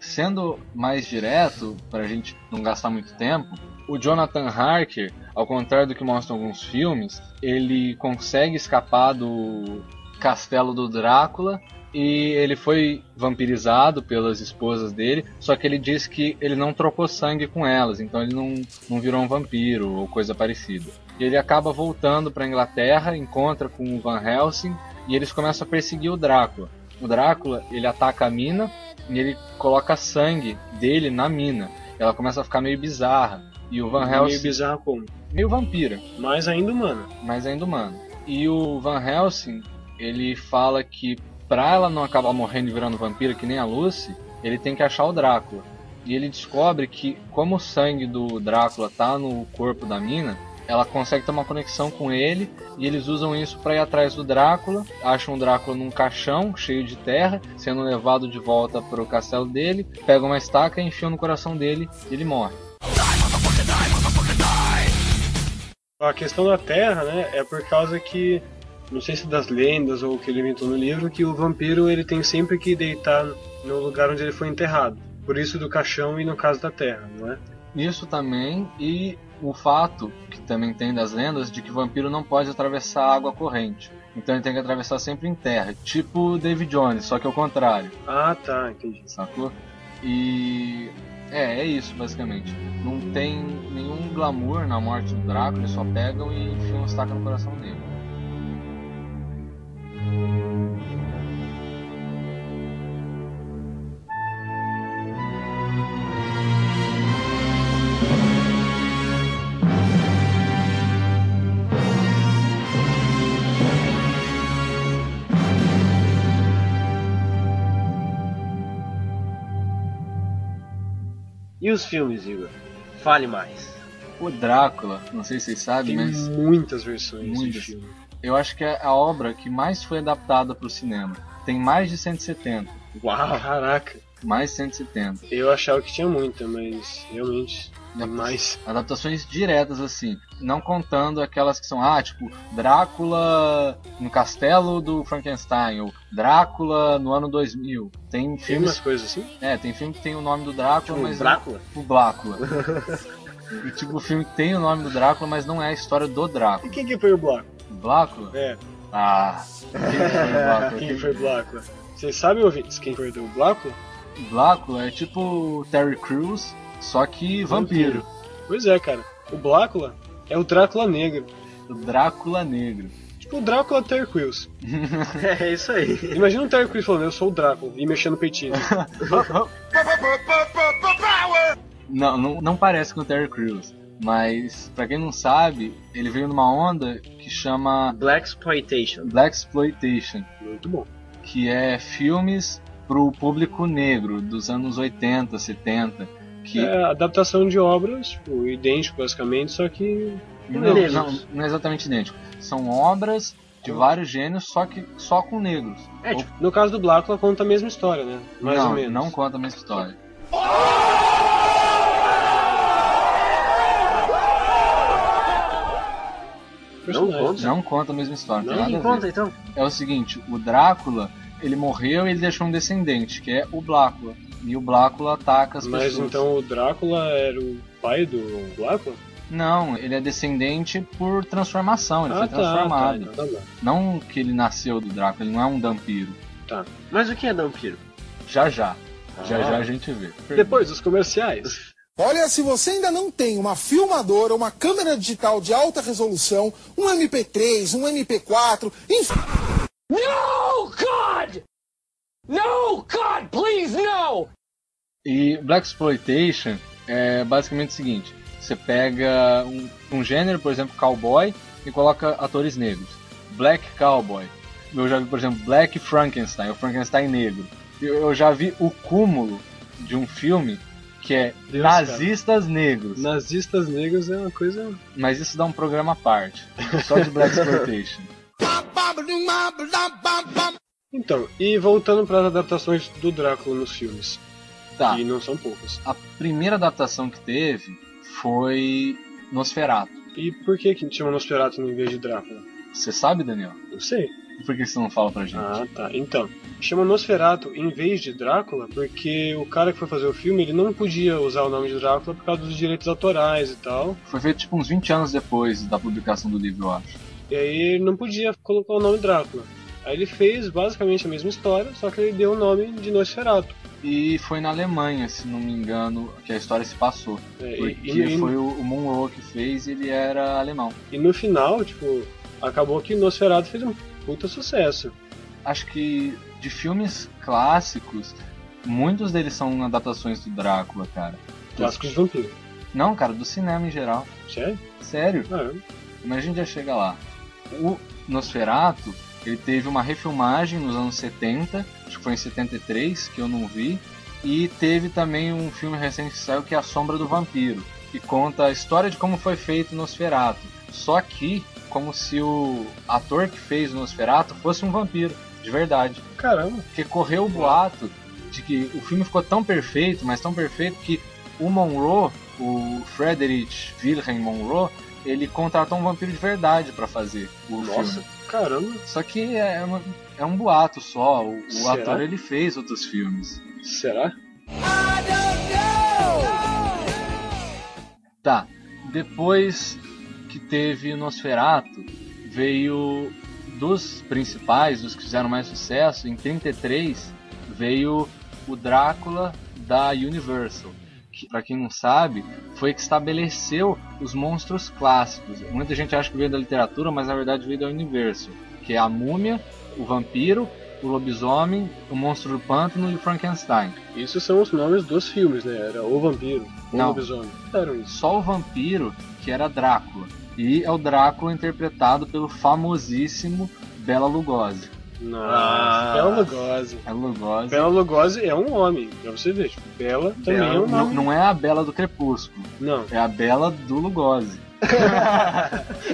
S1: Sendo mais direto, para a gente não gastar muito tempo, o Jonathan Harker, ao contrário do que mostram alguns filmes, ele consegue escapar do castelo do Drácula e ele foi vampirizado pelas esposas dele, só que ele diz que ele não trocou sangue com elas, então ele não, não virou um vampiro ou coisa parecida. E ele acaba voltando para Inglaterra, encontra com o Van Helsing e eles começam a perseguir o Drácula. O Drácula ele ataca a mina e ele coloca sangue dele na mina. Ela começa a ficar meio bizarra e É o Van
S2: Meio
S1: Helsing
S2: bizarro como.
S1: meio vampira
S2: Mas ainda humana.
S1: mas ainda humano. E o Van Helsing, ele fala que pra ela não acabar morrendo e virando vampira que nem a Lucy, ele tem que achar o Drácula. E ele descobre que como o sangue do Drácula tá no corpo da mina, ela consegue ter uma conexão com ele e eles usam isso pra ir atrás do Drácula, acham o Drácula num caixão cheio de terra, sendo levado de volta pro castelo dele, pegam uma estaca e enfiam no coração dele e ele morre.
S2: A questão da Terra, né, é por causa que, não sei se das lendas ou o que ele inventou no livro, que o vampiro ele tem sempre que deitar no lugar onde ele foi enterrado. Por isso do caixão e no caso da Terra, não é?
S1: Isso também e o fato que também tem das lendas de que o vampiro não pode atravessar a água corrente. Então ele tem que atravessar sempre em terra, tipo David Jones, só que ao contrário,
S2: Ah, tá, entendi.
S1: sacou? E é, é isso basicamente. Não tem nenhum glamour na morte do Drácula, eles só pegam e enfiam uma estaca no coração dele.
S3: E os filmes, Igor? Fale mais.
S1: O Drácula, não sei se vocês sabem,
S2: Tem
S1: mas
S2: muitas versões
S1: Muitas.
S2: desse filme.
S1: eu acho que é a obra que mais foi adaptada para o cinema. Tem mais de 170,
S3: Uau!
S2: Caraca,
S1: mais de 170.
S2: eu achava que tinha muita, mas realmente tem
S1: Adapta-
S2: mais.
S1: Adaptações diretas, assim, não contando aquelas que são, ah, tipo, Drácula no castelo do Frankenstein, ou Drácula no ano 2000. Tem
S2: Tem umas
S1: filmes,
S2: coisas assim?
S1: é, tem filme que tem o nome do Drácula,
S3: Tipo,
S1: mas
S3: Drácula?
S1: não o Drácula. E, tipo, o filme que tem o nome do Drácula, mas não é a história do
S2: E
S1: Drácula.
S2: quem que foi o Blácula?
S1: Drácula?
S2: É,
S1: Ah, quem foi o Drácula?
S2: quem foi o Blácula? Vocês sabem, ouvintes, quem foi o Blácula?
S1: Drácula é tipo Terry Crews, só que vampiro.
S2: Pois é, cara. O Blácula é o Drácula negro.
S1: O Drácula negro.
S2: Tipo o Drácula Terquils.
S3: É isso aí.
S2: Imagina o Terry Crews falando, eu sou o Drácula, e mexendo o peitinho.
S1: Não, não, não parece com o Terry Crews. Mas, pra quem não sabe, ele veio numa onda que chama
S3: Black Exploitation.
S1: Black Exploitation,
S2: Muito bom.
S1: que é filmes pro público negro dos anos 80, 70, que
S2: É, adaptação de obras, tipo, idêntico basicamente, só que.
S1: Não,
S3: Negros.
S1: não, não é exatamente idêntico. São obras de vários gênios, só que só com negros.
S3: É, tipo,
S2: No caso do Blácula conta a mesma história, né? Mais
S1: não,
S2: ou menos.
S1: não conta a mesma história.
S2: Personagem.
S3: conta.
S1: Não conta a mesma história. Não, tem
S3: quem
S1: nada a ver.
S3: conta então?
S1: É o seguinte, o Drácula, ele morreu e ele deixou um descendente, que é o Blácula. E o Blácula ataca as
S2: Mas
S1: pessoas.
S2: então o Drácula era o pai do Blácula?
S1: Não, ele é descendente por transformação, ele foi transformado.
S2: Ah, tá, então tá
S1: Não que ele nasceu do Drácula, ele não é um vampiro.
S2: Tá.
S3: Mas o que é Dampiro?
S1: Já já. Já
S3: Ah.
S1: já a gente vê.
S2: bom. Depois dos comerciais.
S7: Olha, se você ainda não tem uma filmadora, uma câmera digital de alta resolução, um MP3, um MP4, enfim.
S1: E Black Exploitation é basicamente o seguinte: você pega um, um gênero, por exemplo, cowboy, e coloca atores negros. Black Cowboy. Eu já vi, por exemplo, Black Frankenstein, o Frankenstein negro. Eu, eu já vi o cúmulo de um filme que é
S2: Deus,
S1: nazistas negros.
S2: Nazistas negros é uma coisa.
S1: Mas isso dá um programa à parte. Só de Black Exploitation.
S2: Então, e voltando para as adaptações do Drácula nos filmes.
S1: Tá.
S2: E não são poucas.
S1: A primeira adaptação que teve foi Nosferatu.
S2: E por que que chama Nosferatu no vez de Drácula?
S1: Você sabe, Daniel?
S2: Não sei.
S1: Por que você não fala pra gente?
S2: Ah, tá. Então, chama Nosferatu em vez de Drácula porque o cara que foi fazer o filme, ele não podia usar o nome de Drácula por causa dos direitos autorais e tal.
S1: Foi feito tipo uns 20 anos depois da publicação do livro, eu acho.
S2: E aí ele não podia colocar o nome Drácula. Aí ele fez basicamente a mesma história, só que ele deu o nome de Nosferatu.
S1: E foi na Alemanha, se não me engano, que a história se passou.
S2: É, e-
S1: Porque
S2: e, e-
S1: foi o, o Monroe que fez e ele era alemão.
S2: e no final, tipo, acabou que Nosferatu fez um puta sucesso.
S1: Acho que de filmes clássicos, muitos deles são adaptações do Drácula, cara.
S2: Clássico de vampiro.
S1: Não, cara, do cinema em geral.
S2: Sério?
S1: Sério,
S2: Ah,
S1: mas a gente já chega lá. O Nosferatu, ele teve uma refilmagem nos anos 70, acho que foi em 73, que eu não vi. E teve também um filme recente que saiu que é A Sombra do Vampiro, que conta a história de como foi feito o Nosferatu. Só que, como se o ator que fez o Nosferatu fosse um vampiro, de verdade.
S2: caramba.
S1: Porque correu o boato de que o filme ficou tão perfeito, mas tão perfeito que o Monroe, o Frederick Wilhelm Monroe, ele contratou um vampiro de verdade pra fazer o
S2: Nossa,
S1: filme.
S2: caramba.
S1: Só que é, uma- é um boato só. O, o
S2: Será?
S1: ator ele fez outros filmes.
S2: Será?
S1: Tá. Depois que teve Nosferatu, veio dos principais, dos que fizeram mais sucesso, em 33 veio o Drácula da Universal, que para quem não sabe, foi que estabeleceu os monstros clássicos. Muita gente acha que veio da literatura, mas na verdade veio da Universal, que é a múmia, o vampiro, o lobisomem, o monstro do pântano e o Frankenstein.
S2: Isso são os nomes dos filmes, né? Era O Vampiro, O
S1: Não.
S2: Lobisomem. Era isso.
S1: só o vampiro que era Drácula. E é o Drácula interpretado pelo famosíssimo Bela Lugosi.
S2: Nossa,
S3: Ah.
S2: Bela Lugosi.
S1: Bela Lugosi
S2: Bela Lugosi é um homem, pra você ver. Tipo, Bela também
S3: Bela
S2: é um
S1: não,
S2: homem.
S1: não é a Bela do Crepúsculo,
S2: Não,
S1: é a Bela do Lugosi.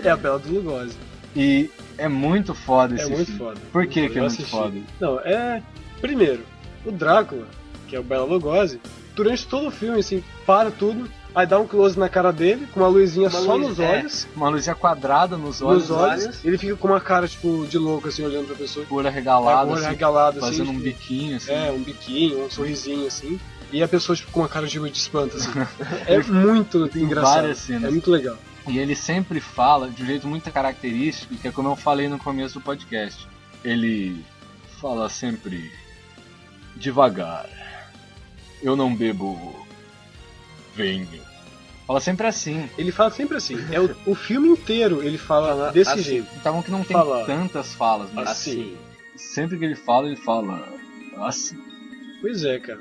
S2: é a Bela do Lugosi.
S1: E é muito foda
S2: É
S1: esse
S2: muito
S1: filme.
S2: foda.
S1: Por que, que é
S2: Eu
S1: muito
S2: assisti.
S1: foda?
S2: Não, é. Primeiro, o Drácula, que é o Bela Lugosi, durante todo o filme, assim, para tudo, aí dá um close na cara dele, com uma luzinha
S3: Uma
S2: só
S3: luz-
S2: nos
S3: é,
S2: olhos.
S1: Uma luzinha quadrada nos olhos,
S2: Nos
S1: olhos
S2: olhos,
S3: olhos.
S2: ele fica com uma cara, tipo, de louco, assim, olhando pra pessoa.
S1: com o olho
S2: com
S1: arregalado,
S2: o olho
S1: assim,
S2: arregalado, assim.
S1: fazendo um
S2: tipo,
S1: biquinho, assim.
S2: É, um biquinho, um sorrisinho, assim. E a pessoa, tipo, com uma cara de, de espanto, assim. é muito engraçado.
S1: várias cenas.
S2: É muito legal.
S1: E ele sempre fala de um jeito muito característico, que é como eu falei no começo do podcast. Ele fala sempre devagar. Eu não bebo vinho. Fala sempre assim.
S2: Ele fala sempre assim. É o, o filme inteiro ele fala
S3: Fala
S2: desse
S3: assim.
S2: jeito.
S1: Então que não tem
S2: Fala.
S1: tantas falas, mas
S2: Assim.
S1: É sempre que ele fala, ele fala assim.
S2: Pois é, cara.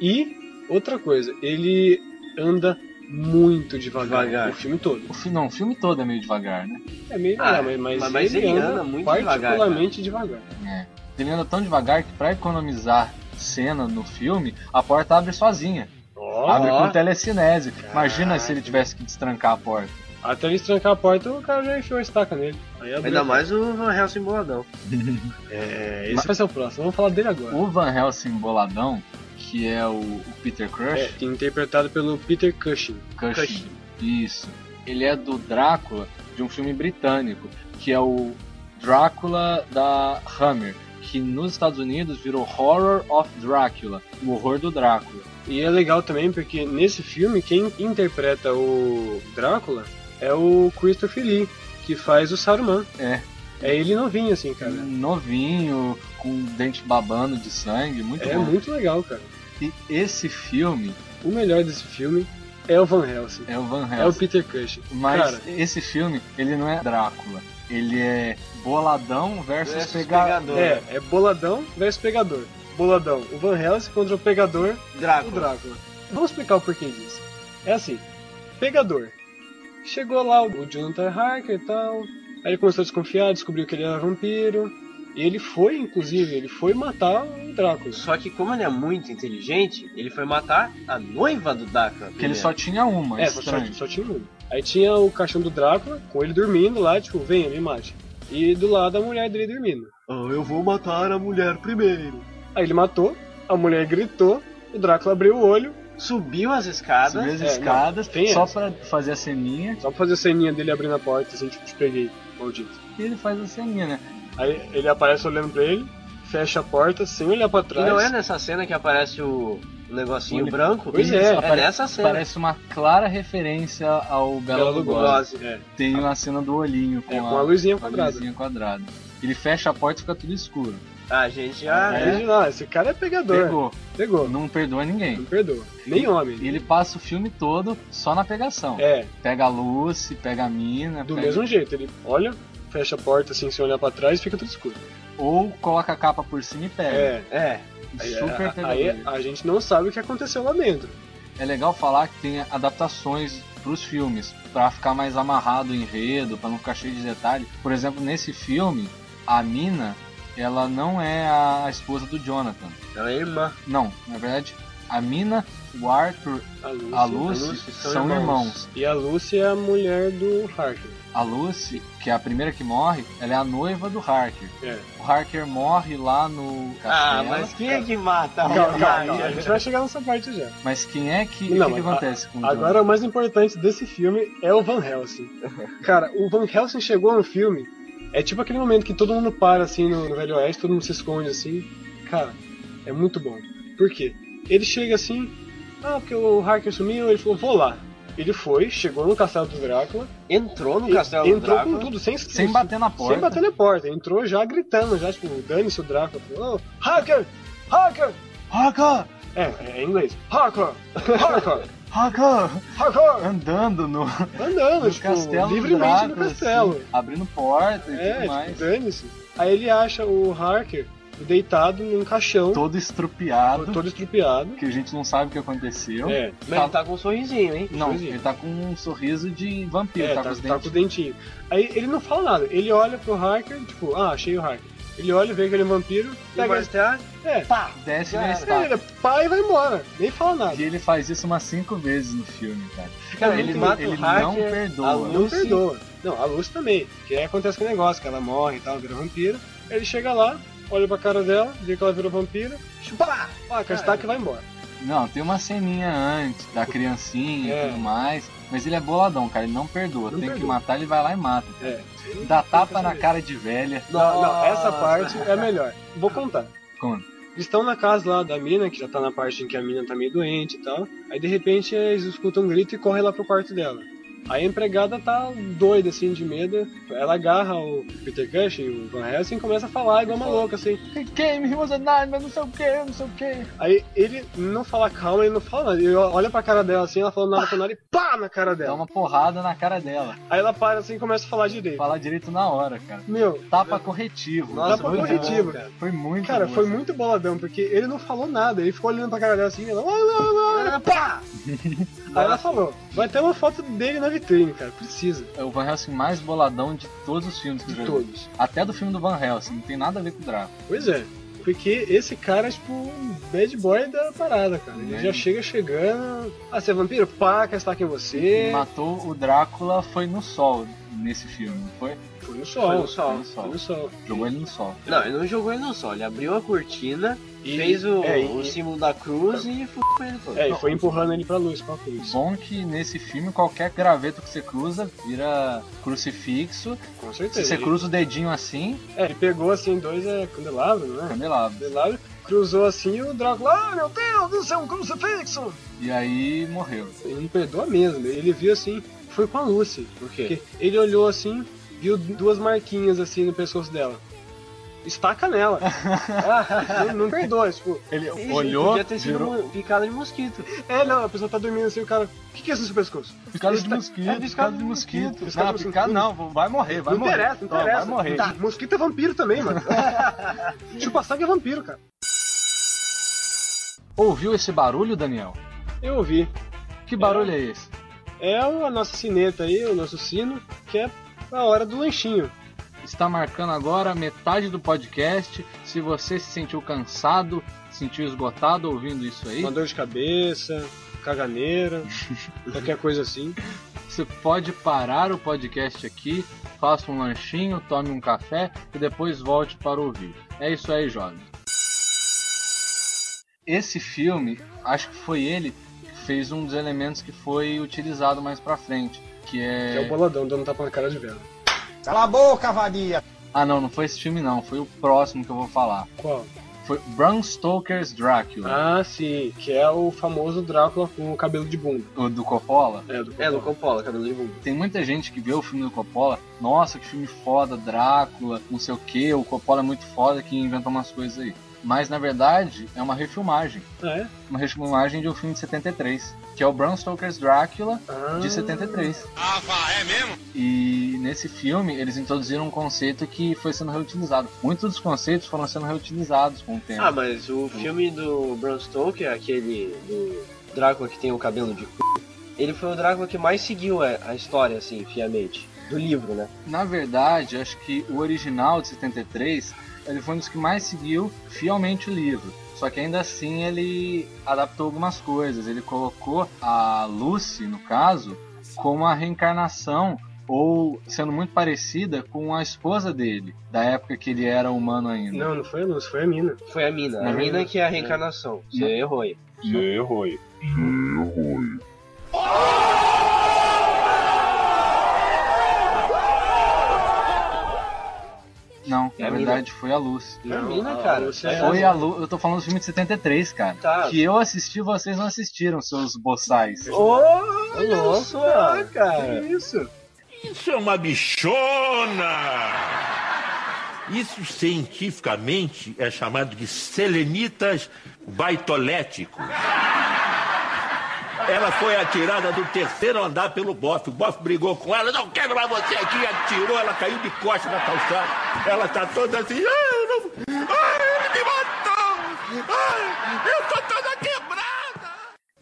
S2: E outra coisa, ele anda muito devagar,
S3: Devagar.
S2: o filme todo.
S1: O filme, não, o filme todo é meio devagar, né?
S2: É meio
S3: Ah,
S2: devagar, mas,
S3: mas- mas ele anda muito
S2: particularmente devagar.
S1: É. Ele anda tão devagar que pra economizar cena no filme, a porta abre sozinha.
S2: Ó,
S1: Abre
S3: Ó.
S1: com telecinese. Imagina se ele tivesse que destrancar a porta.
S2: até ele trancar a porta, o cara já enfiou a estaca nele. Aí abriu.
S3: Ainda mais o Van Helsing boladão.
S2: É, esse vai ser o próximo, vamos falar dele agora.
S3: Uh,
S1: O Van Helsing boladão, que é o, o Peter
S2: É,
S1: Crush,
S2: que é interpretado pelo Peter Cushing.
S1: Cushing. Isso. Ele é do Drácula de um filme britânico, que é o Drácula da Hammer, que nos Estados Unidos virou Horror of Drácula, o horror do Drácula.
S2: E é legal também porque nesse filme quem interpreta o Drácula é o Christopher Lee, que faz o Saruman.
S1: É.
S2: É ele novinho assim, cara.
S1: Novinho, com dente babando de sangue, muito
S2: É
S1: bom.
S2: muito legal, cara.
S1: E esse filme
S2: O melhor desse filme é o Van Helsing.
S1: é o Van
S2: É o
S1: Helsing.
S2: Peter Cushing.
S1: Mas
S2: Cara,
S1: esse filme, ele não é Drácula. Ele é boladão versus,
S3: Versus
S1: pega-
S3: pegador.
S2: é, é boladão versus pegador. Boladão, o Van Helsing contra o pegador, o
S3: Drácula.
S2: Drácula. Vamos explicar o porquê disso. É assim, pegador. Chegou lá o Jonathan Harker e tal, aí ele começou a desconfiar, descobriu que ele era vampiro. E ele foi, inclusive, ele foi matar o Drácula.
S3: Só que como ele é muito inteligente, ele foi matar a noiva do Drácula.
S1: Porque ele
S3: primeiro.
S1: só tinha uma,
S2: É, só,
S1: estranho.
S2: só tinha um. Aí tinha o caixão do Drácula, com ele dormindo lá, tipo, venha, me mate. E do lado a mulher dele dormindo.
S3: Ah, eu vou matar a mulher primeiro.
S2: Aí ele matou, a mulher gritou, o Drácula abriu o olho,
S3: Subiu as
S1: Subiu
S3: escadas.
S1: as
S2: É, não,
S1: escadas,
S2: tem
S1: só pra
S2: essa.
S1: fazer a ceninha,
S2: só pra fazer a ceninha dele abrindo a porta, assim, tipo, te peguei, maldito.
S1: e ele faz a ceninha, né?
S2: Aí ele aparece olhando pra ele, fecha a porta sem olhar pra
S3: E
S2: trás.
S3: não é nessa cena que aparece o o negocinho
S2: Olha.
S3: branco?
S2: Pois é,
S3: é
S1: apare-
S3: nessa cena.
S1: Parece uma clara referência ao Bela
S2: Bela
S1: Lugosi.
S2: Lugosi. É,
S1: Tem a cena do olhinho com,
S2: é, com
S1: a,
S2: a luzinha
S1: com a
S2: quadrada.
S1: luzinha quadrada. Ele fecha a porta e fica tudo escuro.
S3: Ah, gente, já.
S2: Aí
S1: É.
S2: ele, "Ah, esse cara é pegador.
S1: Pegou.
S2: Pegou. Não,
S1: Não perdoa ninguém.
S2: perdoa. Nem homem.
S1: E ele passa o filme todo só na pegação.
S2: É,
S1: Pega a Lucy, pega a mina,
S2: do
S1: pega-
S2: mesmo jeito. Ele olha, fecha a porta assim sem olhar pra trás e fica tudo escuro.
S1: ou coloca a capa por cima e pega.
S2: É.
S3: É.
S2: Aí,
S1: Super
S2: a- aí
S1: pegador.
S2: a gente não sabe o que aconteceu lá dentro.
S1: É legal falar que tem adaptações pros filmes, pra ficar mais amarrado o enredo, pra não ficar cheio de detalhe. Por exemplo, nesse filme, a Mina, ela não é a esposa do Jonathan.
S2: Então
S3: Ela é irmã.
S1: Não, na verdade, a Mina, o Arthur,
S2: A Lucy,
S1: a Lucy,
S3: Lucy
S1: são,
S3: são
S1: irmãos.
S3: irmãos.
S2: E a Lucy é a mulher do Harker.
S1: A Lucy, que é a primeira que morre, ela é a noiva do Harker.
S2: É.
S1: O Harker morre lá no
S3: Ah,
S1: castelo,
S3: mas quem é que mata?
S2: Calma,
S3: a
S2: calma,
S3: Maria?
S2: calma, A gente vai chegar nessa parte já.
S3: Então.
S1: mas quem é que,
S2: Não,
S1: o que, que
S2: mas a-
S1: acontece com o Jonathan?
S2: Agora, o mais importante desse filme é o Van Helsing. Cara, o Van Helsing chegou no filme. É tipo aquele momento que todo mundo para assim no, no Velho Oeste, todo mundo se esconde assim. Cara, é muito bom. Por quê? Ele chega assim, ah, porque o Harker sumiu, ele falou, vou lá. Ele foi, chegou no castelo do Drácula,
S3: Entrou no
S2: e-
S3: castelo do
S2: entrou
S3: Drácula.
S2: com tudo, sem,
S1: Sem bater na porta.
S2: Sem bater na porta, entrou já gritando, já tipo, dane-se o Drácula, falou, "Oh, Harker! Harker!
S1: Harker!
S2: É, é em inglês, Harker! Harker!
S1: Harker!
S2: Harker!
S1: Andando no,
S2: Andando,
S1: no
S2: tipo,
S1: castelo do
S2: livremente
S1: Drácula,
S2: no castelo.
S1: assim, abrindo porta e
S2: É,
S1: tudo
S2: tipo,
S1: mais.
S2: dane-se. Aí ele acha o Harker deitado num caixão,
S1: Todo estrupiado,
S2: todo estrupiado.
S1: que a gente não sabe o que aconteceu.
S2: É,
S3: Mas ele tá com um sorrisinho, hein?
S1: Não,
S2: coisinha.
S1: ele tá com um sorriso de vampiro,
S2: é,
S1: tá,
S2: tá,
S1: com os
S2: tá com o
S1: dentes.
S2: dentinho. Aí ele não fala nada, ele olha pro Harker, tipo, ah, achei o Harker. Ele olha, vê que ele é um vampiro,
S3: E
S2: pega.
S3: vai até a-
S2: É,
S3: Pá!
S1: Desce
S3: Já
S1: na
S3: era.
S2: é,
S1: estaca.
S2: ele pá e vai embora, nem fala nada.
S1: E ele faz isso umas cinco vezes no filme, cara.
S3: Cara,
S1: ele
S3: ele mata
S1: ele
S3: o Harker,
S1: não perdoa.
S3: a
S2: Não
S3: Lucy.
S2: perdoa. Não, a Lucy também. Que aí acontece com o negócio, que ela morre e tal, vira vampira. Ele chega lá, olha pra cara dela, vê que ela virou vampira,
S3: Chupá!
S2: pá, Kastak vai embora.
S1: Não, tem uma ceninha antes da criancinha
S2: É.
S1: e tudo mais. Mas ele é boladão, cara. Ele não perdoa.
S2: Não
S1: tem que
S2: perdoa.
S1: matar, ele vai lá e mata.
S2: É.
S1: Dá tapa na cara de velha.
S2: Não, não, essa
S3: Nossa.
S2: parte é a melhor. Vou contar.
S1: Conta.
S2: Eles estão na casa lá da mina, que já tá na parte em que a mina tá meio doente e tal. Aí de repente eles escutam um grito e correm lá pro quarto dela. Aí a empregada tá doida, assim, de medo. Ela agarra o Peter Cushing, o Van Helsing, e começa a falar igual uma louca, assim.
S1: Quem me was a nightmare, não sei o que, não sei o que.
S2: Aí ele não fala calma, ele não fala nada. Ele olha pra cara dela, assim, ela falando nada com nada e pá na cara
S1: Dá
S2: dela.
S1: uma porrada na cara dela.
S2: Aí ela para, assim, e começa a falar direito.
S1: Falar direito na hora, cara.
S2: Meu,
S1: Tapa corretivo.
S3: Nossa,
S2: dá pra
S1: Muito
S2: corretivo.
S1: bom, cara. Foi muito
S2: Cara,
S1: bom assim.
S2: foi
S1: essa
S2: muito boladão, porque ele não falou nada, ele ficou olhando pra cara dela assim, ela, "Lá, lá, lá, lá", pá! Aí ela falou, vai ter uma foto dele na vitrine, cara, precisa,
S1: É o Van Helsing mais boladão de todos os filmes que eu
S2: de
S3: Uhum.
S1: já vi.
S2: todos.
S1: Até do filme do Van Helsing, não tem nada a ver com o Drácula.
S2: Pois é. Porque esse cara é tipo um bad boy da parada, cara. Ele
S1: É.
S3: Uhum.
S2: já chega chegando. Ah, você é vampiro? Pá, quer estar em você.
S1: Matou o Drácula foi no sol nesse filme, não foi?
S2: Foi no sol.
S3: Foi no sol,
S2: Foi no
S1: foi
S2: sol.
S1: no Jogou ele no sol.
S3: Não, ele não jogou ele no sol, ele abriu a cortina,
S2: E-
S3: fez o,
S2: é, e-
S3: o símbolo da cruz e f*** ele todo.
S2: É, e foi empurrando ele pra luz, pra luz.
S1: Bom é que nesse filme qualquer graveto que você cruza vira crucifixo.
S2: Com
S1: Se
S2: certeza.
S1: você cruza o dedinho assim,
S2: É, ele pegou assim dois é, candelabros, né?
S1: candelabro.
S2: Candelabro, cruzou assim e o Drácula, ah, meu Deus, isso é um crucifixo!
S1: E aí morreu.
S2: Ele não perdoa mesmo, ele viu assim, foi com a Lucy.
S3: Por quê?
S2: Porque ele olhou assim, viu duas marquinhas assim no pescoço dela. Estaca nela. Ah, não, não perdoa, tipo.
S1: Ele
S3: Ih,
S1: olhou,
S3: podia ter sido
S1: virou
S3: uma picada de mosquito.
S2: É, não, a pessoa tá dormindo assim, o cara. O que, que é isso no seu pescoço?
S1: picado de
S2: Esta-
S1: mosquito,
S2: é,
S1: picado de mosquito.
S2: Piscada
S1: Não,
S2: de mosquito.
S1: picado não, vai morrer, vai
S2: não
S1: morrer.
S2: interessa, não
S1: Ó,
S2: interessa.
S1: Vai morrer.
S2: Tá, mosquito é vampiro também, mano. Chupa sangue é vampiro, cara.
S1: Ouviu esse barulho, Daniel?
S2: Eu ouvi.
S1: Que barulho é esse?
S2: É a nossa sineta aí, o nosso sino, que é a hora do lanchinho.
S1: Está marcando agora metade do podcast. Se você se sentiu cansado, se sentiu esgotado ouvindo isso aí,
S2: Uma dor de cabeça, caganeira, qualquer coisa assim.
S1: você pode parar o podcast aqui, faça um lanchinho, tome um café e depois volte para ouvir. É isso aí, jovem. Esse filme, acho que foi ele que fez um dos elementos que foi utilizado mais pra frente, que
S2: Que é o
S1: é...
S2: boladão, dando tapa na cara de vela.
S6: Cala a boca, vadia.
S1: Ah não, não foi esse filme não, foi o próximo que eu vou falar.
S2: Qual?
S1: Foi Bram Stoker's Drácula,
S2: Ah, sim, que é o famoso Drácula com o cabelo de bunda.
S1: o do Coppola.
S2: É, do
S3: É, no Coppola, cabelo de bunda.
S1: Tem muita gente que vê o filme do Coppola, nossa, que filme foda, Drácula, não sei o que, o Coppola é muito foda que inventa umas coisas aí. Mas na verdade é uma refilmagem.
S2: Ah, é?
S1: Uma refilmagem de um filme de 73, que é o Bram Stoker's Drácula
S2: Ah,
S1: de 73.
S5: Ah, vá, é mesmo?
S1: E nesse filme eles introduziram um conceito que foi sendo reutilizado. Muitos dos conceitos foram sendo reutilizados com o tempo.
S3: Ah, mas o filme do Bram Stoker, aquele do Drácula que tem o cabelo de c... Ele foi o Drácula que mais seguiu a, a história, assim, fiamente. Do livro, né?
S1: Na verdade, acho que o original de 73 ele foi um dos que mais seguiu fielmente o livro. Só que ainda assim ele adaptou algumas coisas. Ele colocou a Lucy, no caso, como a reencarnação ou sendo muito parecida com a esposa dele, da época que ele era humano ainda.
S2: Não, não foi a luz, foi a mina.
S3: Foi a mina. A
S1: Não.
S3: mina que é a reencarnação. Você
S1: Não.
S3: errou aí.
S1: Não,
S3: É
S1: na
S3: a mina.
S1: verdade foi a Lucy.
S3: Foi a mina, cara.
S2: Você é...
S1: Foi a Lu... Eu tô falando do filme de 73, cara.
S3: Tá.
S1: Que eu assisti e vocês não assistiram, seus boçais.
S3: Ô,
S2: Tá louco,
S3: nossa, cara.
S2: Que isso?
S5: Isso é uma bichona! Isso cientificamente é chamado de selenitas baitoléticos. Ela foi atirada do terceiro andar pelo bofe. O bofe brigou com ela. Não quebra você aqui. Atirou, ela caiu de costas na calçada. Ela tá toda assim. Ah, eu não... ah ele me matou! Ah, eu tô toda quebrada!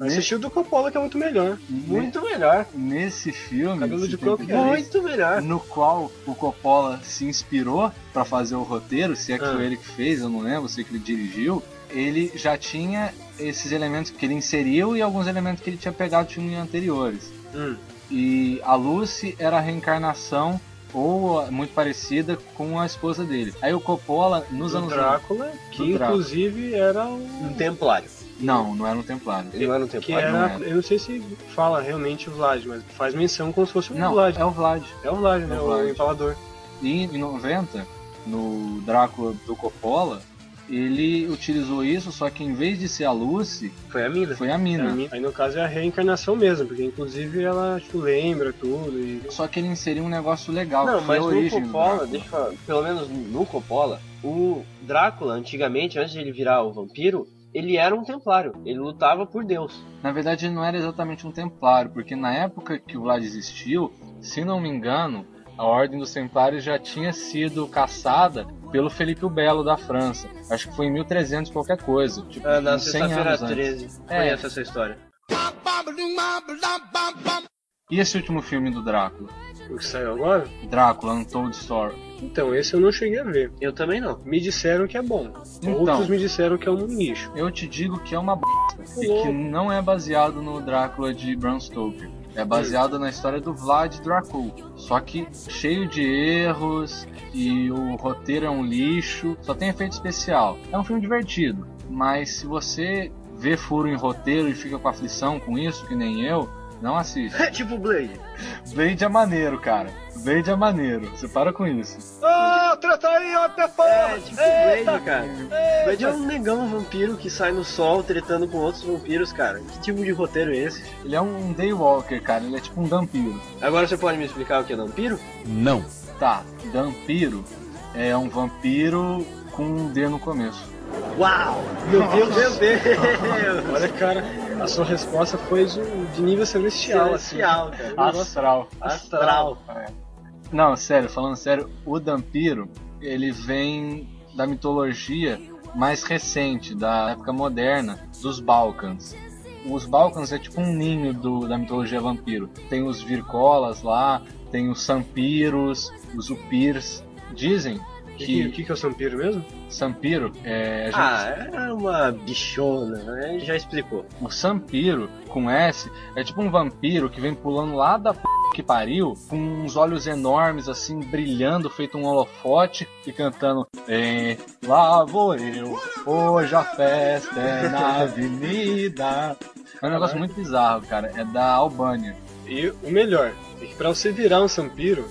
S2: Assistiu do Coppola, que é muito melhor.
S3: Muito melhor.
S1: Nesse filme.
S2: Cabelo de é coco,
S1: 73,
S3: Muito melhor.
S1: no qual o Coppola se inspirou para fazer o roteiro, se é que
S2: Ah.
S1: foi ele que fez, eu não lembro, sei que ele dirigiu, ele já tinha esses elementos que ele inseriu e alguns elementos que ele tinha pegado de filmes anteriores.
S2: Hum.
S1: E a Lucy era a reencarnação ou a- muito parecida com a esposa dele. Aí o Coppola nos
S2: Do
S1: anos
S2: Drácula, que
S1: Drácula.
S2: inclusive era o...
S3: Um templário.
S1: não, não era um templário.
S3: Ele não era um
S2: Que
S3: templário.
S2: era,
S1: não
S2: eu não sei se fala realmente o Vlad, mas faz menção como se fosse o
S1: Não,
S2: Vlad.
S1: é o Vlad.
S2: É o Vlad, né?
S3: um
S1: É o
S2: o,
S1: Vlad.
S2: empalador.
S1: E em 90, no Drácula do Coppola, ele utilizou isso, só que em vez de ser a Lucy,
S3: Foi a mina.
S1: foi a Mina.
S2: Aí no caso é a reencarnação mesmo, porque inclusive ela tipo, lembra tudo e.
S1: Só que ele inseriu um negócio legal,
S3: É. Não,
S1: que foi
S3: mas
S1: a
S3: no
S1: origem né? do
S3: Coppola,
S1: Drácula.
S3: deixa eu falar, pelo menos no Coppola, o Drácula, antigamente, antes de ele virar o vampiro, ele era um templário. Ele lutava por Deus.
S1: Na verdade, ele não era exatamente um templário, porque na época que o Vlad existiu, se não me engano, a Ordem dos Templários já tinha sido caçada pelo Felipe o Belo da França. Acho que foi em 1300 qualquer coisa. Tipo,
S3: Ah, na
S1: uns 100
S3: sexta-feira
S1: anos antes.
S3: 13.
S1: É.
S3: Conhece essa história.
S1: E esse último filme do Drácula?
S2: O que saiu agora?
S1: Drácula, Untold Story.
S2: Então, esse eu não cheguei a ver.
S3: Eu também não.
S2: Me disseram que é bom.
S1: Então.
S2: Outros me disseram que é um lixo.
S1: Eu te digo que é uma bosta e que não é baseado no Drácula de Bram Stoker. É baseado na história do Vlad Dracul, só que cheio de erros e o roteiro é um lixo, só tem efeito especial. É um filme divertido, mas se você vê furo em roteiro e fica com aflição com isso, que nem eu, não assiste.
S3: tipo Blade.
S1: Blade é maneiro, cara. Blade é maneiro. Você para com isso.
S3: É, tipo Blade, cara. Blade é um negão vampiro que sai no sol tretando com outros vampiros, cara. Que tipo de roteiro é esse?
S1: Ele é um daywalker, cara. Ele é tipo um vampiro.
S3: Agora você pode me explicar o que é vampiro?
S5: Não.
S1: Tá, vampiro é um vampiro com um D no começo.
S3: Uau! Meu Deus! Meu Deus!
S2: Olha, cara, a sua resposta foi de, de nível celestial. assim.
S3: Celestial, cara.
S1: Astral.
S2: Ah.
S3: Astral.
S1: Não, sério, falando sério, o vampiro, ele vem da mitologia mais recente, da época moderna, dos Balcãs. Os Balcãs é tipo um ninho do- da mitologia vampiro. Tem os Vircolas lá, tem os Sampiros, os Upirs. Dizem
S2: O que, o
S1: que
S2: que que é o Sampiro mesmo?
S1: Sampiro é. a gente
S3: Ah, é uma bichona, né? Já explicou.
S1: O Sampiro, com S, é tipo um vampiro que vem pulando lá da p... que pariu, com uns olhos enormes, assim, brilhando, feito um holofote, e cantando Bem, lá vou eu, hoje a festa é na avenida. É um negócio muito bizarro, cara. É da Albânia.
S2: E o melhor é que pra você virar um Sampiro,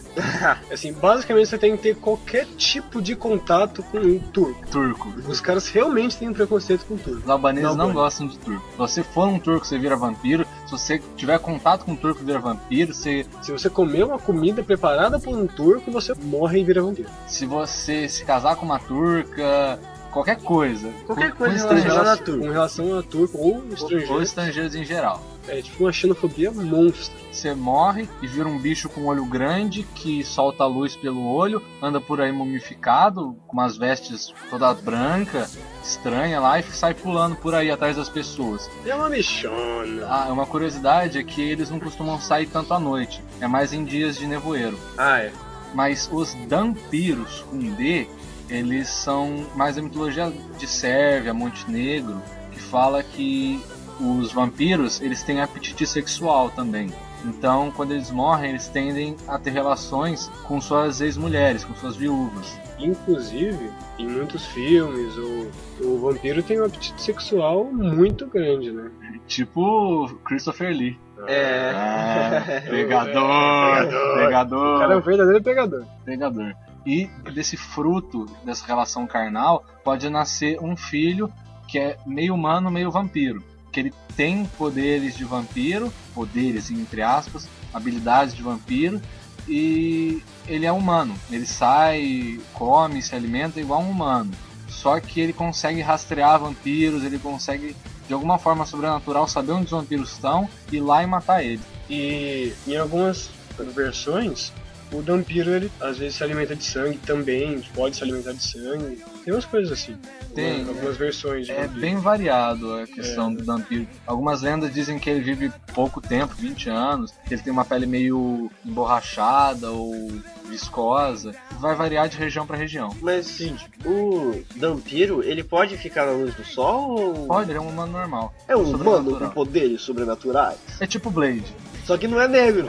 S2: assim, basicamente você tem que ter qualquer tipo de contato com um turco.
S1: Turco.
S2: Os caras realmente têm um preconceito com turco.
S1: Os albaneses
S2: Na
S1: não,
S2: Albânia.
S1: gostam de turco. Se você for um turco, você vira vampiro. Se você tiver contato com um turco, vira vampiro. Você
S2: Se você comer uma comida preparada por um turco, você morre e vira vampiro.
S1: se você se casar com uma turca, qualquer coisa.
S3: Qualquer
S1: Com-
S3: coisa
S1: com
S2: Com
S1: estrangeiros,
S3: relacionada a
S2: Com
S3: turco.
S2: relação a turco ou
S1: ou, ou
S2: estrangeiro,
S1: estrangeiros em geral.
S2: é tipo uma xenofobia monstra.
S1: Você morre e vira um bicho com olho grande que solta a luz pelo olho, anda por aí mumificado, com umas vestes toda branca, estranha lá, e sai pulando por aí atrás das pessoas.
S2: É uma bichona.
S1: Ah, uma curiosidade é que eles não costumam sair tanto à noite, é mais em dias de nevoeiro.
S3: Ah, é.
S1: mas os Dampiros com D, eles são mais da mitologia de Sérvia, Montenegro, que fala que os vampiros eles têm apetite sexual também. Então, quando eles morrem, eles tendem a ter relações com suas ex-mulheres, com suas viúvas.
S2: Inclusive, em muitos filmes, o, o vampiro tem um apetite sexual muito grande, né?
S1: Tipo Christopher Lee.
S3: É.
S1: Ah, pegador, pegador.
S2: O cara é um verdadeiro pegador.
S1: pegador. E desse fruto, dessa relação carnal, pode nascer um filho que é meio humano, meio vampiro. Que ele tem poderes de vampiro, poderes assim, entre aspas, habilidades de vampiro, e ele é humano. Ele sai, come, se alimenta igual um humano. Só que ele consegue rastrear vampiros, ele consegue de alguma forma sobrenatural saber onde os vampiros estão e ir lá e matar ele.
S2: E em algumas versões, o vampiro ele às vezes se alimenta de sangue também, pode se alimentar de sangue. Tem umas coisas assim.
S1: Tem,
S2: Algumas- Algumas versões de
S1: É
S2: vampiro.
S1: bem variado a
S3: É.
S1: questão do vampiro. Algumas lendas dizem que ele vive pouco tempo, 20 anos, que ele tem uma pele meio emborrachada ou viscosa. Vai variar de região para região.
S3: Mas o Dampiro, ele pode ficar na luz do sol ou.
S1: Olha, ele é um humano normal.
S3: É um
S1: Sobrenatural.
S3: humano com poderes sobrenaturais.
S1: É tipo Blade.
S3: Só que não é negro.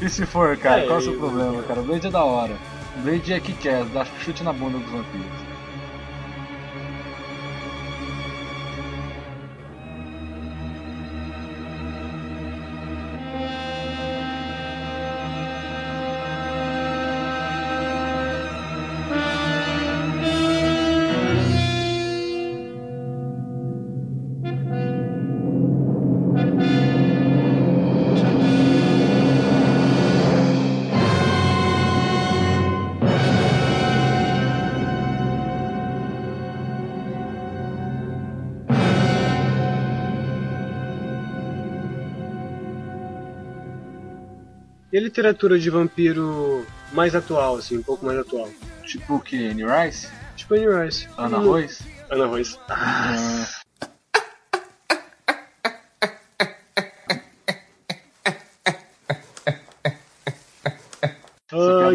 S1: E se for, cara,
S2: É,
S1: qual é o seu
S2: eu-
S1: problema, cara? Blade é da hora. Blade é que quer, dá chute na bunda dos vampiros.
S2: E a literatura de vampiro mais atual, assim, um pouco mais atual.
S1: Tipo o que? Annie Rice?
S2: Tipo Anne Rice.
S1: Ana
S3: Uhum.
S2: Hum,
S1: Royce?
S2: Ana Royce.
S1: piada
S2: Ai,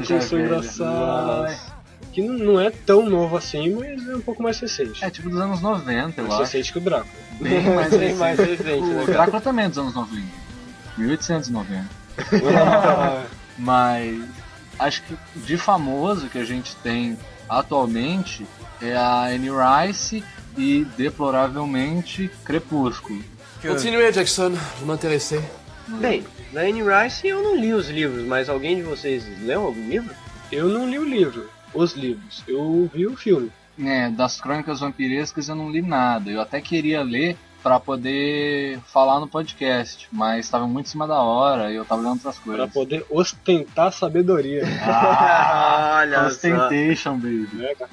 S2: que
S1: já
S2: eu
S1: é
S2: sou
S1: velha.
S2: engraçado. Que não, não é tão novo assim, mas é um pouco mais recente.
S1: É tipo dos anos 90, eu
S2: mais
S1: acho.
S2: recente é que o Drácula.
S1: Bem mais
S3: Bem
S1: recente.
S3: mais recente, né,
S1: O
S3: cara?
S1: Drácula também é dos anos 90. 1890. Ah. Mas acho que de famoso que a gente tem atualmente é a Anne Rice e, deploravelmente, Crepúsculo.
S8: Continuez, Jackson, vous m'intéressez.
S3: Bem, da Anne Rice eu não li os livros, mas alguém de vocês leu algum livro?
S2: Eu não li o livro, os livros. Eu vi o filme.
S1: É, das crônicas vampirescas eu não li nada. Eu até queria ler para poder falar no podcast, mas estava muito em cima da hora e eu estava lendo outras
S2: Pra
S1: coisas.
S2: poder ostentar sabedoria.
S3: Olha
S1: Ostentation, Ah, baby.
S2: né, cara?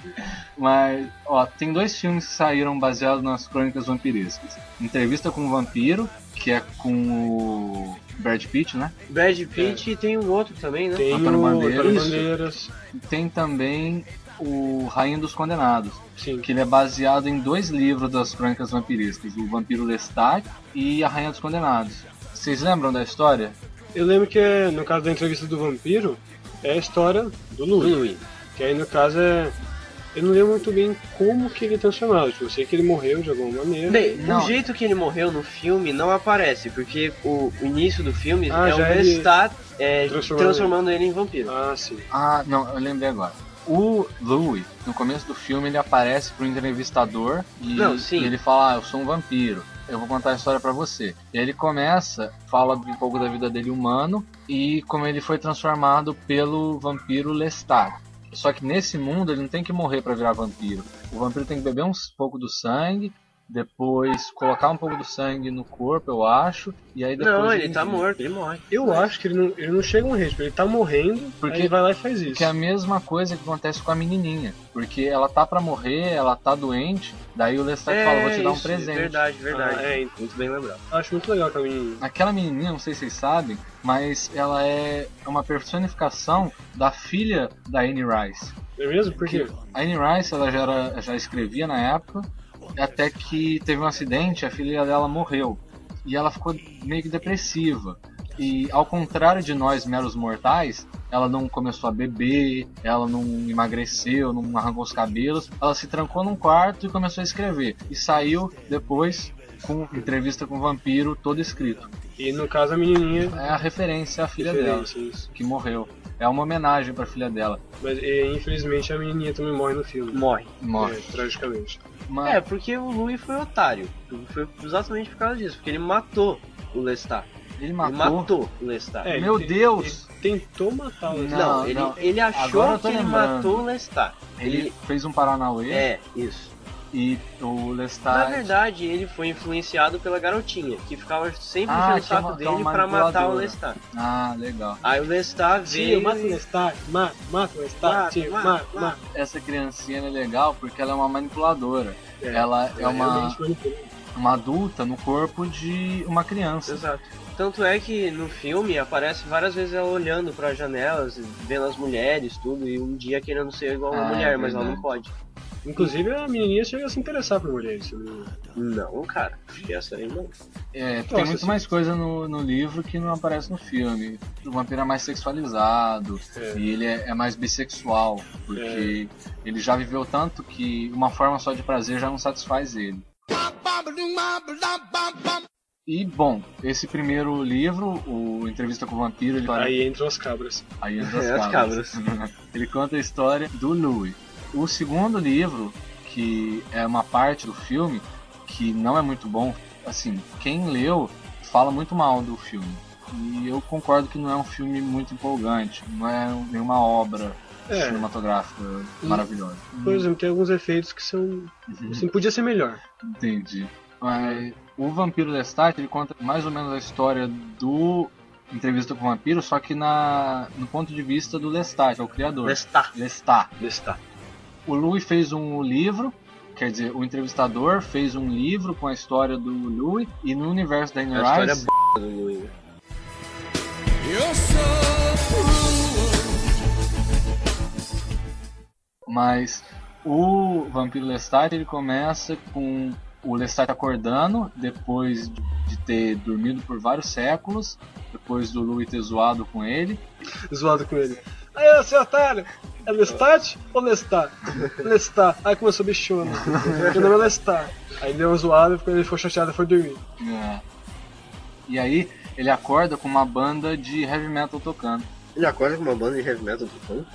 S1: Mas, ó, tem dois filmes que saíram baseados nas crônicas vampirescas. Entrevista com o Vampiro, que é com o Brad Pitt, né?
S3: Brad Pitt e tem um outro também, né?
S2: Tem
S1: Antônio
S2: o
S1: Bandeiras.
S2: Antônio
S1: Isso.
S2: Bandeiras.
S1: E tem também o Rainha dos Condenados,
S2: Sim.
S1: que ele é baseado em dois livros das crônicas vampirescas, o Vampiro Lestat e a Rainha dos Condenados. Vocês lembram da história?
S2: Eu lembro que, é, no caso da entrevista do vampiro, é a história do Louis. Que aí, no caso, é... Eu não lembro muito bem como que ele é transformado. Tipo, eu sei que ele morreu de alguma maneira.
S3: Bem,
S1: Não.
S3: o jeito que ele morreu no filme não aparece, porque o o início do filme
S2: Ah,
S3: é o
S2: já ele-
S3: Lestat é,
S2: transformando
S3: transformando, ele em vampiro.
S2: Ah, sim.
S1: Ah, não, eu lembrei agora. O Louis, no começo do filme, ele aparece pro entrevistador e,
S3: Não, sim.
S1: e ele fala, ah, eu sou um vampiro, eu vou contar a história pra você. E aí ele começa, fala um pouco da vida dele humano e como ele foi transformado pelo vampiro Lestat. Só que nesse mundo ele não tem que morrer pra virar vampiro. O vampiro tem que beber um pouco do sangue, depois colocar um pouco do sangue no corpo, eu acho, e aí depois...
S3: não, ele tá morto, ele morre.
S2: Eu acho que ele não, ele não chega a um rei, tipo, ele tá morrendo,
S1: Porque-
S2: aí ele vai lá e faz isso.
S1: Que é a mesma coisa que acontece com a menininha. Porque ela tá pra morrer, ela tá doente. Daí o Lestat fala: Vou te dar um
S3: É, isso,
S1: presente.
S3: Verdade, verdade.
S2: Ah, é,
S3: muito bem lembrado.
S2: Eu acho muito legal aquela menina.
S1: Aquela menininha, não sei se vocês sabem, mas ela é uma personificação da filha da Anne Rice.
S2: É mesmo? Por quê?
S1: A Anne Rice ela já, era- já escrevia na época, até que teve um acidente, a filha dela morreu. E ela ficou meio que depressiva. E ao contrário de nós, meros mortais, ela não começou a beber, ela não emagreceu, não arrancou os cabelos. Ela se trancou num quarto e começou a escrever. E saiu depois com entrevista com o vampiro, todo escrito.
S2: E no caso a menininha
S1: É a referência à filha dela,
S2: diferente, isso.
S1: que morreu. É uma homenagem pra filha dela.
S2: Mas e, infelizmente a menininha também morre no filme.
S3: Morre.
S1: Morre.
S2: É, tragicamente.
S1: Mas-
S3: É, porque o Louis foi otário. Foi exatamente por causa disso, porque ele matou o Lestat.
S1: ele
S3: Ele matou o Lestat.
S2: É,
S1: Meu
S2: ele te-
S1: Deus!
S2: Ele tentou matá-la.
S1: Não.
S3: Não, ele, ele
S1: Agora eu tô
S3: achou que ele
S1: lembrando.
S3: matou o Lestat.
S1: Ele fez um Paranauê
S3: É, isso.
S1: e o Lestat.
S3: Na verdade, ele foi influenciado pela garotinha, que ficava sempre
S1: Ah,
S3: enchendo o
S1: que é uma-
S3: saco
S1: que é uma
S3: dele pra matar o
S1: manipuladora.
S3: Lestat.
S1: Ah, legal.
S3: Aí o Lestat
S2: Sim,
S3: veio.
S2: mata o Lestat, mata, mata o Lestat,
S3: Mata,
S2: sim,
S3: mata,
S2: mata, mata.
S3: mata.
S1: Essa criancinha é legal porque ela é uma manipuladora.
S2: É,
S1: ela é uma,
S2: realmente manipula.
S1: uma adulta no corpo de uma criança.
S3: Exato. Tanto é que no filme aparece várias vezes ela olhando pra janelas, vendo as mulheres, tudo, e um dia querendo ser igual a uma
S1: Ah, é
S3: mulher, mas ela
S1: verdade.
S3: não pode.
S2: Inclusive a menininha chega a se interessar por mulheres. né? se eu não me engano.
S3: Não, cara. Essa aí não.
S1: É, tem
S2: Nossa,
S1: muito
S2: sim.
S1: mais coisa no, no livro que não aparece no filme. O vampiro é mais sexualizado
S2: É.
S1: e ele é, é mais bissexual, porque ele já viveu tanto que uma forma só de prazer já não satisfaz ele. E bom, esse primeiro livro, o Entrevista com o Vampiro, ele
S2: Aí entram as cabras.
S1: Aí as
S3: É, as
S1: cabras. Ele conta a história do Louis. O segundo livro, que é uma parte do filme, que não é muito bom, assim, quem leu fala muito mal do filme. E eu concordo que não é um filme muito empolgante, não é nenhuma obra
S2: É.
S1: cinematográfica maravilhosa.
S2: Por exemplo, tem alguns efeitos que são.
S1: Uhum.
S2: Assim, podia ser melhor.
S1: Entendi. Mas o Vampiro Lestat, ele conta mais ou menos a história do Entrevista com o Vampiro, só que na, no ponto de vista do Lestat, que é o criador.
S3: Lestat.
S1: Lestat.
S3: Lestat.
S1: O Louis fez um livro, quer dizer, o entrevistador fez um livro com a história do Louis e no universo da Anne
S3: É a história
S1: Rice,
S3: b do Louis.
S6: Eu sou
S1: mas o Vampiro Lestat ele começa com o Lestat acordando depois de de ter dormido por vários séculos, depois do Louis ter zoado com ele.
S2: Zoado com ele. Aí, seu otário, é Lestat ou Lestat? Lestat. Aí começou a bichona. Meu nome é Lestat. Aí deu uma zoada, porque ele ficou chateado e foi dormir.
S1: É. E aí ele acorda com uma banda de heavy metal tocando. É.
S3: Ele acorda com uma banda de heavy metal tocando.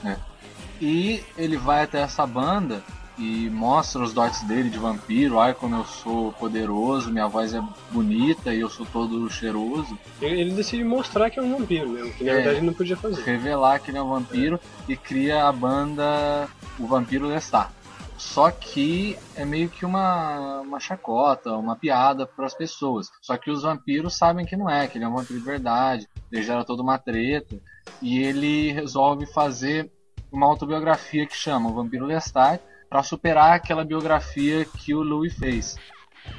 S1: E ele vai até essa banda e mostra os dotes dele de vampiro. Ai, como eu sou poderoso, minha voz é bonita e eu sou todo cheiroso.
S2: Ele, ele decide mostrar que é um vampiro mesmo, que na
S1: É.
S2: verdade ele não podia fazer.
S1: Revelar que ele é um vampiro e cria a banda O Vampiro Lestat. Só que é meio que uma, uma chacota, uma piada para as pessoas. Só que os vampiros sabem que não é, que ele é um vampiro de verdade. Ele gera toda uma treta. E ele resolve fazer uma autobiografia que chama O Vampiro Lestat para superar aquela biografia que o Louis fez.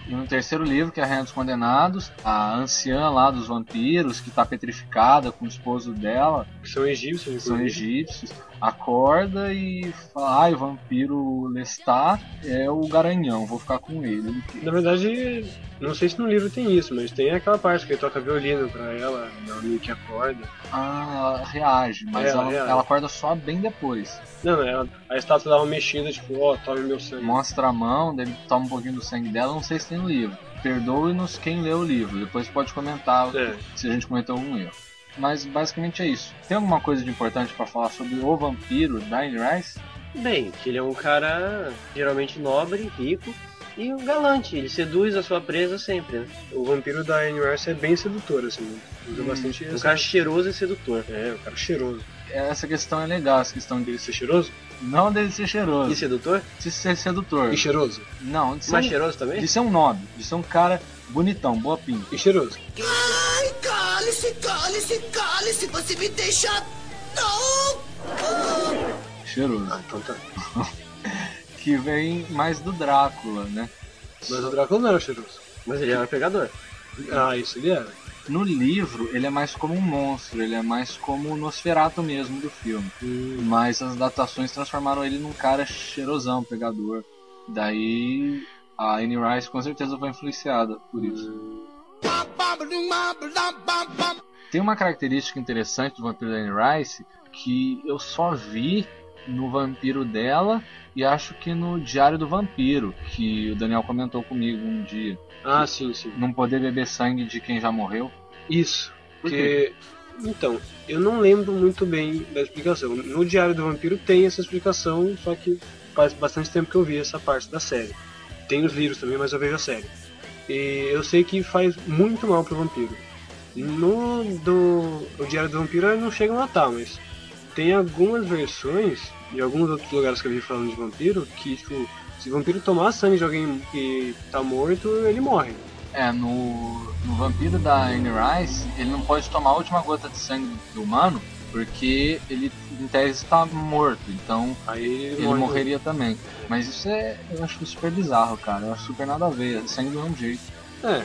S1: E no terceiro livro, que é a Rainha dos Condenados, a anciã lá dos vampiros, que está petrificada com o esposo dela,
S2: São egípcios,
S1: que são
S2: inclusive.
S1: egípcios, acorda e fala: ai, o vampiro Lestat é o garanhão, vou ficar com ele.
S2: Na verdade, não sei se no livro tem isso, mas tem aquela parte que ele toca violino pra ela, ela meio que acorda.
S1: Ah, ela reage, mas
S2: É, ela
S1: ela,
S2: reage.
S1: ela acorda só bem depois.
S2: Não, não, ela, a estátua dá uma mexida, tipo, ó, tome meu sangue.
S1: Mostra a mão, dele toma um pouquinho do sangue dela, não sei se tem no livro. Perdoe-nos quem leu o livro, depois pode comentar
S2: É.
S1: se a gente cometeu algum erro. Mas basicamente é isso. Tem alguma coisa de importante pra falar sobre o vampiro Dying Rice?
S3: Bem, que ele é um cara geralmente nobre, rico e um galante. Ele seduz a sua presa sempre, né?
S2: O vampiro da Anne Rice é bem sedutor, assim, usa bastante
S3: Um
S2: isso.
S3: cara cheiroso e sedutor.
S2: É, o cara cheiroso.
S1: Essa questão é legal, essa questão de
S2: Dele ser cheiroso?
S1: não dele ser
S3: E
S1: cheiroso,
S3: sedutor?
S2: é-
S1: de ser sedutor.
S2: E cheiroso.
S1: Não, de ser,
S3: Mas é
S1: um,
S3: cheiroso também?
S1: de ser um nobre, de ser um cara bonitão, boa pinta.
S2: E cheiroso.
S6: Ai, cale-se, cale-se, cale-se, você me deixa. Não!
S3: Ah,
S1: Cheiroso.
S2: Então tá.
S1: Que vem mais do Drácula, né?
S2: Mas o Drácula não era cheiroso.
S3: Mas ele era pegador.
S2: Ah, isso ele era.
S1: No livro, ele é mais como um monstro, ele é mais como o Nosferato mesmo do filme. Mas as adaptações transformaram ele num cara cheirosão, pegador. Daí a Anne Rice com certeza foi influenciada por isso. Tem uma característica interessante do vampiro da Anne Rice que eu só vi no vampiro dela e acho que no Diário do Vampiro, que o Daniel comentou comigo um dia.
S2: Ah, sim, sim.
S1: Não poder beber sangue de quem já morreu.
S2: Isso.
S1: Por
S2: Porque. Então, eu não lembro muito bem da explicação. No Diário do Vampiro tem essa explicação, só que faz bastante tempo que eu vi essa parte da série. Tem os livros também, mas eu vejo a série. E eu sei que faz muito mal pro vampiro. No do o Diário do Vampiro eles não chegam a matar, mas tem algumas versões de alguns outros lugares que eu vi falando de vampiro que, tipo, se o vampiro tomar sangue de alguém que tá morto, ele morre.
S1: É, no, no vampiro da Anne Rice, ele não pode tomar a última gota de sangue do humano, porque ele, em tese, está morto. Então,
S2: Aí ele,
S1: ele
S2: morre.
S1: morreria também. Mas isso é, eu acho super bizarro, cara. Eu acho super nada a ver. Sangue do mesmo jeito.
S2: É,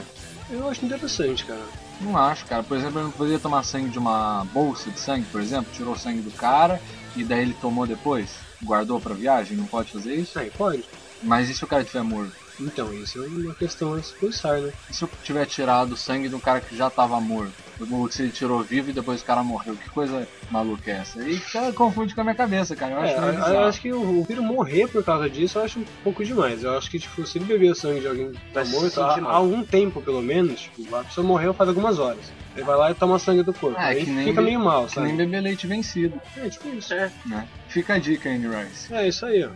S2: eu acho interessante, cara.
S1: Não acho, cara. Por exemplo, ele não poderia tomar sangue de uma bolsa de sangue, por exemplo. Tirou o sangue do cara e daí ele tomou depois. Guardou pra viagem, não pode fazer isso.
S2: Aí, Ah, pode.
S1: Mas e se o cara tiver morto?
S2: Então, isso é uma questão a se pensar, né?
S1: E se eu tiver tirado sangue de um cara que já tava morto? Ou se ele tirou vivo e depois o cara morreu? Que coisa maluca é essa? E cara, confunde com a minha cabeça, cara. Eu acho
S2: É,
S1: meio
S2: eu,
S1: bizarro.
S2: acho que o o Piro morrer por causa disso eu acho um pouco demais. Eu acho que, tipo, se ele beber o sangue de alguém que tá
S3: Vai se
S2: morto,
S3: sentir
S2: há,
S3: mal.
S2: há algum tempo pelo menos, tipo, a pessoa morreu faz algumas horas. Ele vai lá e toma sangue do corpo.
S1: Ah, é
S2: aí
S1: que nem
S2: fica
S1: be-
S2: meio mal,
S1: Que
S2: sabe?
S1: nem beber leite vencido,
S2: É, tipo isso.
S3: É.
S1: né? Fica a dica, Andy Rice.
S2: É isso aí, ó.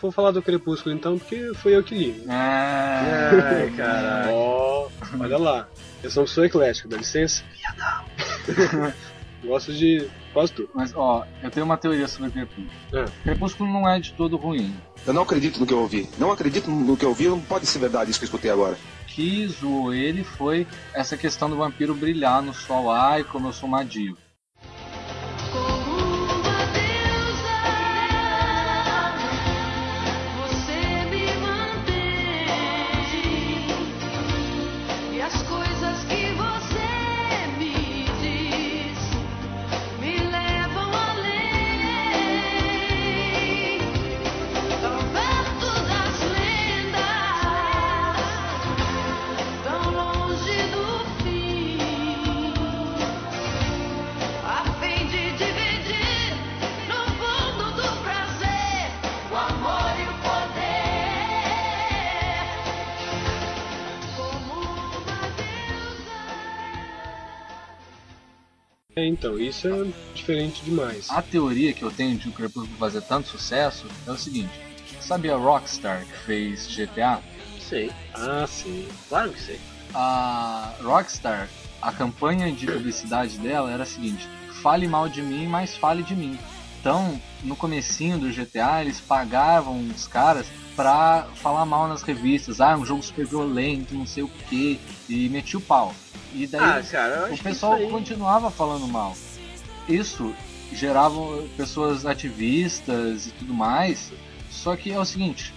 S2: vou falar do Crepúsculo então, porque foi eu que li.
S1: Ah,
S3: Ai, caralho.
S2: Ó, olha lá. Eu sou uma pessoa eclética, dá licença? Gosto de quase tudo.
S1: mas ó, eu tenho uma teoria sobre Crepúsculo.
S2: É.
S1: Crepúsculo não é de todo ruim.
S9: Eu não acredito no que eu ouvi. Não acredito no que eu ouvi, não pode ser verdade isso que eu escutei agora.
S1: O que zoou ele foi essa questão do vampiro brilhar no sol. Ai, como eu sou uma diva.
S10: Como uma deusa, você me mantém. E as coisas que você me diz me levam além. Tão perto das lendas, tão longe do fim. A fim de dividir no fundo do prazer o amor e o poder. Como uma deusa.
S2: É, então, isso é diferente demais.
S1: A teoria que eu tenho de o Crepúsculo fazer tanto sucesso é o seguinte. Sabe a Rockstar que fez GTA?
S3: Sei,
S2: Ah, sim.
S3: claro que sei.
S1: A Rockstar, a campanha de publicidade dela era a seguinte. Fale mal de mim, mas fale de mim. Então, no comecinho do GTA, eles pagavam os caras pra falar mal nas revistas. Ah, é um jogo super violento, não sei o que, e metia o pau. E daí
S3: Ah, cara, eu acho
S1: o
S3: que
S1: pessoal
S3: isso aí-
S1: continuava falando mal. Isso gerava pessoas ativistas e tudo mais. Só que é o seguinte,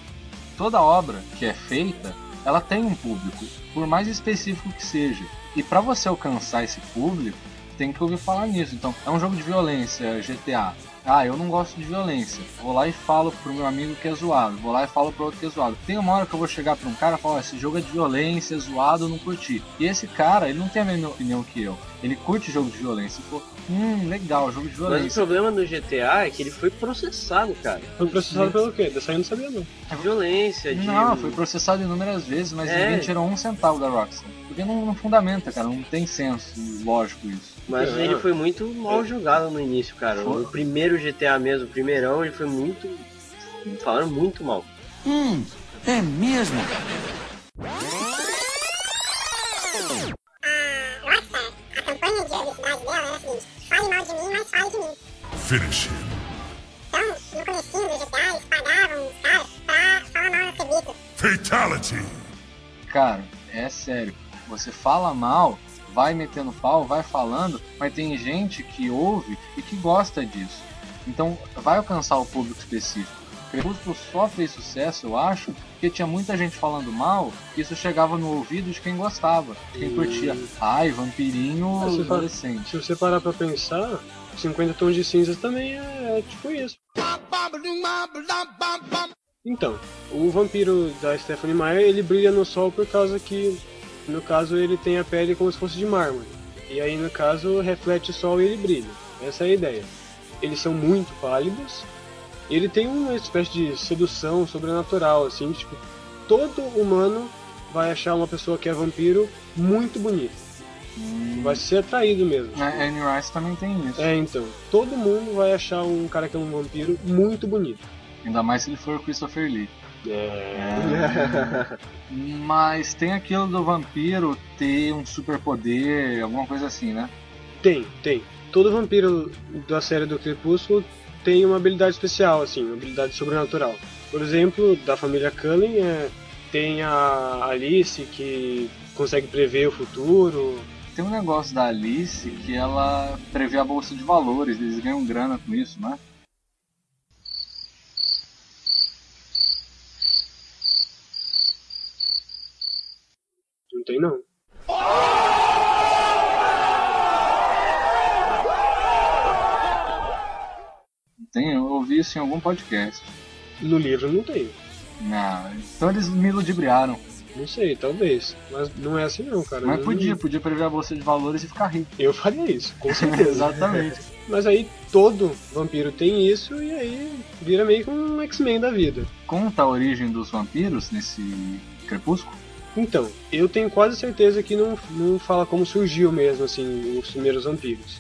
S1: toda obra que é feita, ela tem um público, por mais específico que seja. E para você alcançar esse público, tem que ouvir falar nisso. Então, é um jogo de violência, GTA. Ah, eu não gosto de violência. Vou lá e falo pro meu amigo que é zoado. Vou lá e falo pro outro que é zoado. Tem uma hora que eu vou chegar pra um cara e falar: "Ó, esse jogo é de violência, é zoado, eu não curti. E esse cara, ele não tem a mesma opinião que eu. Ele curte jogo de violência. Ele falou: hum, legal, jogo de
S3: Mas o
S1: violência.
S3: problema do GTA é que ele foi processado, cara.
S2: Foi processado pelo quê? Dessa aí eu não sabia, não.
S3: De violência, de.
S1: É. Não, foi processado inúmeras vezes, mas
S3: É.
S1: ninguém tirou um centavo da Rockstar. Porque não, não fundamenta, cara, não tem senso lógico isso.
S3: Mas
S2: É.
S3: ele foi muito mal julgado no início, cara.
S1: Foi.
S3: O primeiro GTA mesmo, o primeirão, ele foi muito. Falaram muito mal.
S6: É, né, Então,
S1: Cara, é sério. Você fala mal, vai metendo pau, vai falando, mas tem gente que ouve e que gosta disso. Então vai alcançar o público específico. Crepúsculo só fez sucesso, eu acho, porque tinha muita gente falando mal, e isso chegava no ouvido de quem gostava, de quem curtia. Ai, vampirinho
S2: Mas você fala-
S1: adolescente.
S2: Se você parar pra pensar, 50 tons de cinzas também é, é tipo isso. Então, o vampiro da Stephanie Meyer, ele brilha no sol por causa que, no caso, ele tem a pele como se fosse de mármore. E aí, no caso, reflete o sol e ele brilha. Essa é a ideia. Eles são muito pálidos. E ele tem uma espécie de sedução sobrenatural, assim, tipo, todo humano vai achar uma pessoa que é vampiro muito bonita. Vai ser atraído mesmo.
S1: A Né, Anne Rice também tem isso.
S2: É, então, todo mundo vai achar um cara que é um vampiro muito bonito.
S1: Ainda mais se ele for Christopher Lee. Mas tem aquilo do vampiro ter um superpoder, alguma coisa assim, né?
S2: Tem, tem. Todo vampiro da série do Crepúsculo tem uma habilidade especial, assim, uma habilidade sobrenatural. Por exemplo, da família Cullen é, tem a Alice que consegue prever o futuro.
S1: Tem um negócio da Alice que ela prevê a bolsa de valores, eles ganham grana com isso, né?
S2: Não tem não.
S1: Tem, eu ouvi isso em algum podcast.
S2: No livro não tem.
S1: Ah, então eles me ludibriaram.
S2: Não sei, talvez. Mas não é assim não, cara.
S1: Mas
S2: Não-
S1: podia, podia prever a bolsa de valores e ficar rico.
S2: Eu faria isso, com certeza.
S1: Exatamente.
S2: Mas aí todo vampiro tem isso e aí vira meio que um X-Men da vida.
S1: Conta a origem dos vampiros nesse crepúsculo?
S2: Então, eu tenho quase certeza que não, não fala como surgiu mesmo, assim, os primeiros vampiros.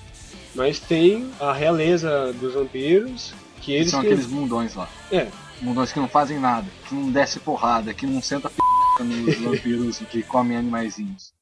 S2: Mas tem a realeza dos vampiros, que
S1: Que
S2: eles
S1: são
S2: que-
S1: aqueles mundões lá.
S2: É,
S1: mundões que não fazem nada, que não desce porrada, que não senta p nos vampiros e que comem animaizinhos.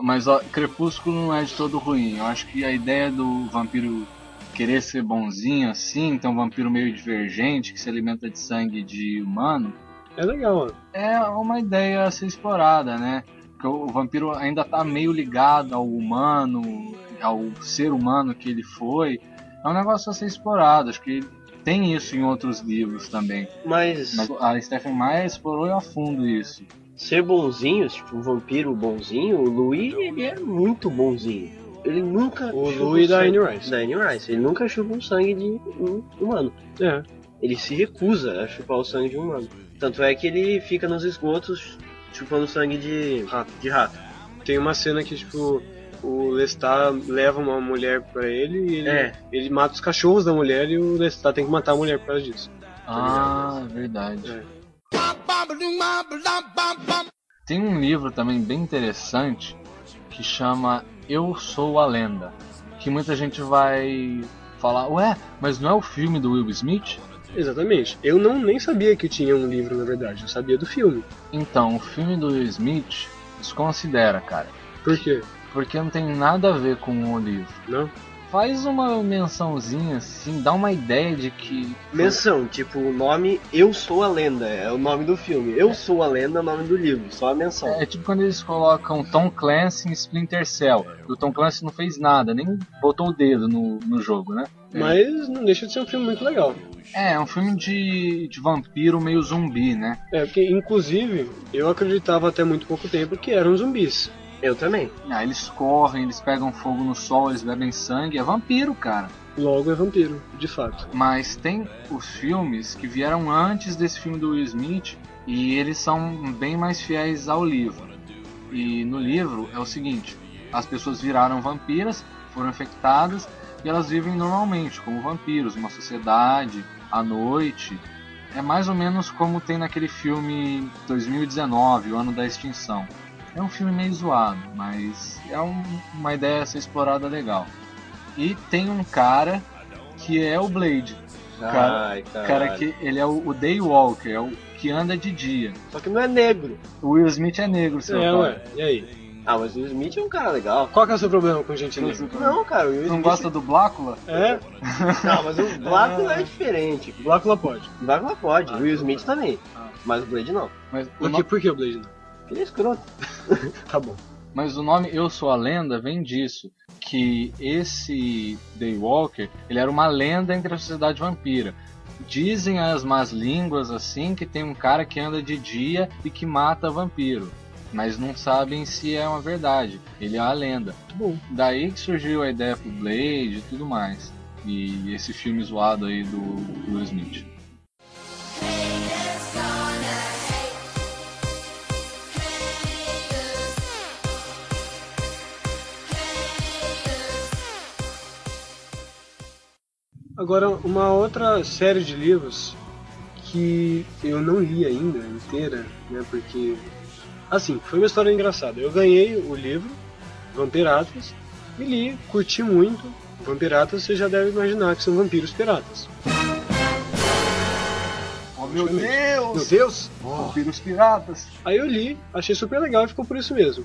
S1: Mas ó, Crepúsculo não é de todo ruim. Eu acho que a ideia do vampiro querer ser bonzinho assim, então um vampiro meio divergente que se alimenta de sangue de humano,
S2: É legal, né?
S1: é uma ideia a ser explorada, né? Porque o vampiro ainda tá meio ligado ao humano, ao ser humano que ele foi. É um negócio a ser explorado. Acho que tem isso em outros livros também.
S3: Mas
S1: Mas a Stephen Meyer explorou a fundo isso.
S3: ser bonzinho, tipo um vampiro bonzinho, o Louis ele é muito bonzinho. Ele nunca.
S2: O
S3: chupa
S2: Louis da
S3: sangue-
S2: Anne Rice.
S3: Da Anne Rice. Ele nunca chupa o sangue de um humano.
S2: É.
S3: Ele se recusa a chupar o sangue de um humano. Tanto é que ele fica nos esgotos chupando sangue de rato. De rato.
S2: Tem uma cena que, tipo, o Lestat leva uma mulher pra ele e ele,
S3: É.
S2: ele mata os cachorros da mulher e o Lestat tem que matar a mulher por causa disso.
S1: Ah, verdade.
S2: É.
S1: Tem um livro também bem interessante que chama Eu Sou a Lenda, que muita gente vai falar, ué, mas não é o filme do Will Smith?
S2: Exatamente. Eu não nem sabia que tinha um livro, na verdade. Eu sabia do filme.
S1: Então, o filme do Will Smith desconsidera, cara,
S2: Por quê?
S1: porque não tem nada a ver com o livro.
S2: Não?
S1: Faz uma mençãozinha assim, dá uma ideia de que
S3: Menção, tipo, o nome Eu Sou a Lenda, é o nome do filme. Eu Sou a Lenda é o nome do livro, só a menção.
S1: É tipo quando eles colocam Tom Clancy em Splinter Cell. O Tom Clancy não fez nada, nem botou o dedo no, no jogo, né?
S2: É. Mas não deixa de ser um filme muito legal.
S1: É, é um filme de, de vampiro meio zumbi, né?
S2: É, porque, inclusive, eu acreditava até muito pouco tempo que eram zumbis.
S3: Eu também.
S1: Ah, eles correm, eles pegam fogo no sol, eles bebem sangue, é vampiro, cara.
S2: Logo é vampiro, de fato.
S1: Mas tem os filmes que vieram antes desse filme do Will Smith e eles são bem mais fiéis ao livro. E no livro é o seguinte: as pessoas viraram vampiras, foram infectadas e elas vivem normalmente, como vampiros, numa sociedade, à noite. É mais ou menos como tem naquele filme 2019, O Ano da Extinção. É um filme meio zoado, mas é um- uma ideia a ser explorada legal. E tem um cara que é o Blade. Cara-
S3: Ai,
S1: O
S3: cara.
S1: cara que ele é o, o Daywalker, é o que anda de dia.
S3: Só que não é negro.
S1: O Will Smith é negro, seu
S2: é,
S1: cara.
S2: ué. E aí?
S3: Ah, mas o Smith é um cara legal.
S2: Qual que é o seu problema com gente negra?
S3: Não, cara, o Will
S1: Não
S3: Smith-
S1: gosta do Blácula?
S2: É?
S3: Não, mas o Blácula é diferente.
S2: Blácula pode.
S3: O Blácula pode,
S2: Ah,
S3: o Will Smith também.
S2: Ah.
S3: Mas o Blade não.
S1: Mas o,
S2: Por
S1: no-
S2: que, por que o Blade não?
S3: Ele é escroto.
S2: Tá bom.
S1: mas o nome Eu Sou a Lenda vem disso. Que esse Daywalker, ele era uma lenda entre a sociedade vampira. Dizem as más línguas assim que tem um cara que anda de dia e que mata vampiro. Mas não sabem se é uma verdade. Ele é a lenda.
S2: Bom.
S1: Daí que surgiu a ideia pro Blade e tudo mais. E esse filme zoado aí do do Will Smith.
S2: Agora, uma outra série de livros que eu não li ainda inteira, né? Porque. Assim, foi uma história engraçada. Eu ganhei o livro, Vampiratas, e li, curti muito. Vampiratas, você já deve imaginar que são vampiros piratas.
S1: Oh meu
S2: Meu
S1: Deus!
S2: Deus!
S1: Vampiros piratas!
S2: Aí eu li, achei super legal e ficou por isso mesmo.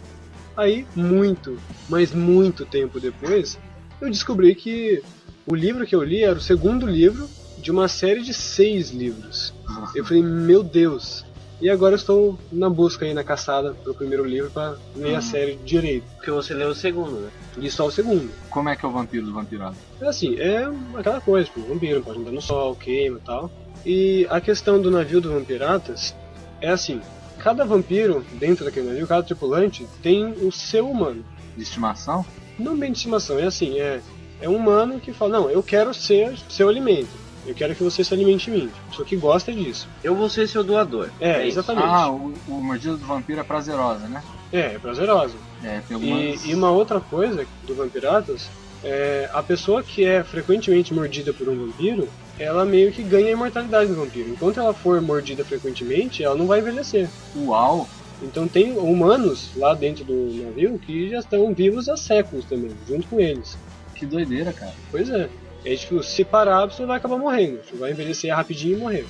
S2: Aí, muito, mas muito tempo depois, eu descobri que o livro que eu li era o segundo livro de uma série de seis livros. Eu falei, meu Deus! E agora eu estou na busca aí, na caçada, pelo primeiro livro pra ler a série direito.
S3: Uhum. Porque você leu o segundo, né?
S2: Li só o segundo.
S1: Como é que é o vampiro do vampirado?
S2: É assim, é aquela coisa, tipo, vampiro pode andar no sol, queima e tal. E a questão do navio do Vampiratas é assim, cada vampiro dentro daquele navio, cada tripulante, tem o seu humano.
S1: De estimação?
S2: Não bem de estimação, é assim, é, é um humano que fala, não, eu quero ser seu alimento. Eu quero que você se alimente de mim. Só que gosta disso.
S3: Eu vou ser seu doador.
S2: É,
S3: isso.
S2: exatamente.
S1: Ah, o, o mordida do vampiro é prazerosa, né?
S2: É, é prazerosa.
S1: É, tem algumas...
S2: E, e uma outra coisa do Vampiratas é a pessoa que é frequentemente mordida por um vampiro, ela meio que ganha a imortalidade do vampiro. Enquanto ela for mordida frequentemente, ela não vai envelhecer.
S1: Uau!
S2: Então tem humanos lá dentro do navio que já estão vivos há séculos também, junto com eles.
S1: Que doideira, cara.
S2: Pois é. É tipo, se parar, você vai acabar morrendo. Você vai envelhecer rapidinho e morrer.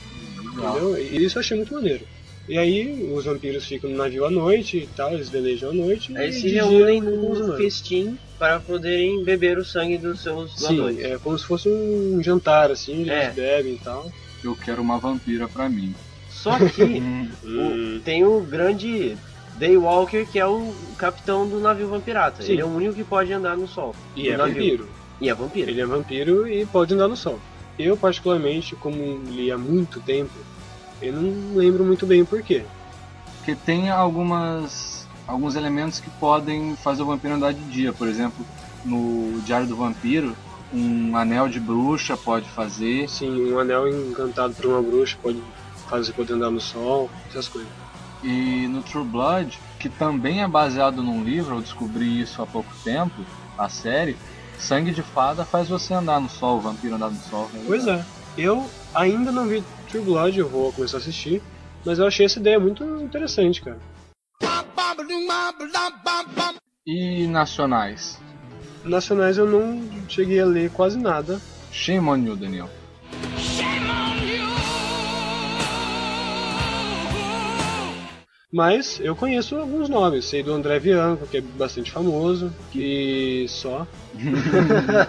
S1: Ah.
S2: Entendeu? E isso eu achei muito maneiro. E aí, os vampiros ficam no navio à noite e tal, eles velejam à noite.
S3: Aí um
S2: e
S3: se
S2: de dia
S3: reúnem
S2: com os
S3: num
S2: humanos.
S3: festim para poderem beber o sangue dos seus
S2: Sim,
S3: doadores.
S2: é como se fosse um jantar, assim, eles
S3: É.
S2: bebem e tal.
S1: Eu quero uma vampira pra mim.
S3: Só que
S1: Hum,
S3: o- tem o grande Daywalker, que é o capitão do navio vampirata.
S2: Sim.
S3: Ele é o único que pode andar no sol.
S2: E é
S3: No navio.
S2: vampiro.
S3: E é vampiro.
S2: Ele é vampiro e pode andar no sol. Eu, particularmente, como li há muito tempo, eu não lembro muito bem o porquê.
S1: Porque tem algumas alguns elementos que podem fazer o vampiro andar de dia. Por exemplo, no Diário do Vampiro, um anel de bruxa pode fazer.
S2: Sim, um anel encantado por uma bruxa pode fazer poder andar no sol, essas coisas.
S1: E no True Blood, que também é baseado num livro, eu descobri isso há pouco tempo, a série, Sangue de Fada faz você andar no sol, o vampiro andar no sol.
S2: Pois é. Eu ainda não vi True Blood, eu vou começar a assistir, mas eu achei essa ideia muito interessante, cara.
S1: E nacionais?
S2: Nacionais eu não cheguei a ler quase nada.
S1: Shame on you, Daniel.
S2: Mas eu conheço alguns nomes, sei do André Bianco, que é bastante famoso, e só.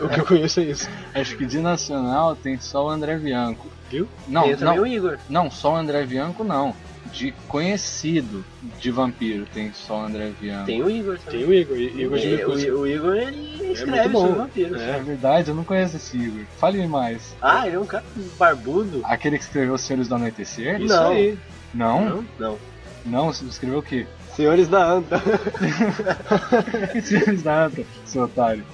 S2: o que eu conheço é isso.
S1: Acho que de nacional tem só o André Bianco.
S2: Viu?
S1: Não,
S3: Tem também
S1: não,
S3: o Igor.
S1: não, só o André Bianco não. De conhecido de vampiro tem só o André Bianco.
S3: Tem o Igor também.
S2: Tem o Igor, I- Igor de
S3: É, o,
S2: Mercúrio.
S3: o Igor ele escreve
S2: muito bom.
S3: sobre vampiros.
S1: É verdade, eu não conheço esse Igor. Fale mais.
S3: Ah, ele é um cara barbudo?
S1: Aquele que escreveu Os Senhores do Anoitecer?
S2: Isso
S3: Não.
S2: aí.
S1: Não?
S3: Não.
S1: Não, você escreveu o quê?
S2: Senhores da Anta.
S1: Senhores da Anta, seu otário.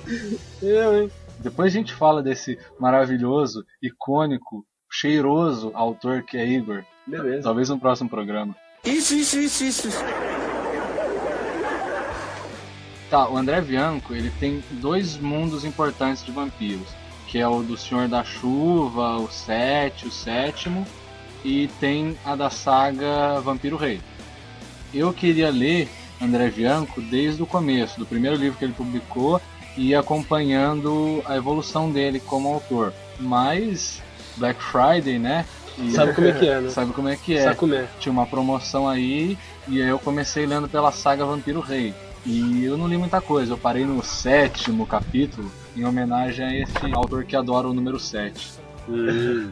S2: Eu, hein?
S1: Depois a gente fala desse maravilhoso, icônico, cheiroso autor que é Igor.
S3: Beleza.
S1: Talvez no próximo programa.
S6: Isso, isso, isso, isso. isso.
S1: Tá, o André Bianco, ele tem dois mundos importantes de vampiros, que é o do Senhor da Chuva, o Sete, o Sétimo, e tem a da saga Vampiro Rei. Eu queria ler André Bianco desde o começo, do primeiro livro que ele publicou, e ir acompanhando a evolução dele como autor. Mas Black Friday, né? E-
S2: Sabe como é que é, né?
S1: Sabe como é que é?
S2: Sacumé.
S1: tinha uma promoção aí e aí eu comecei lendo pela saga Vampiro Rei. E eu não li muita coisa, eu parei no sétimo capítulo em homenagem a esse autor que adora o número 7.
S2: Hum.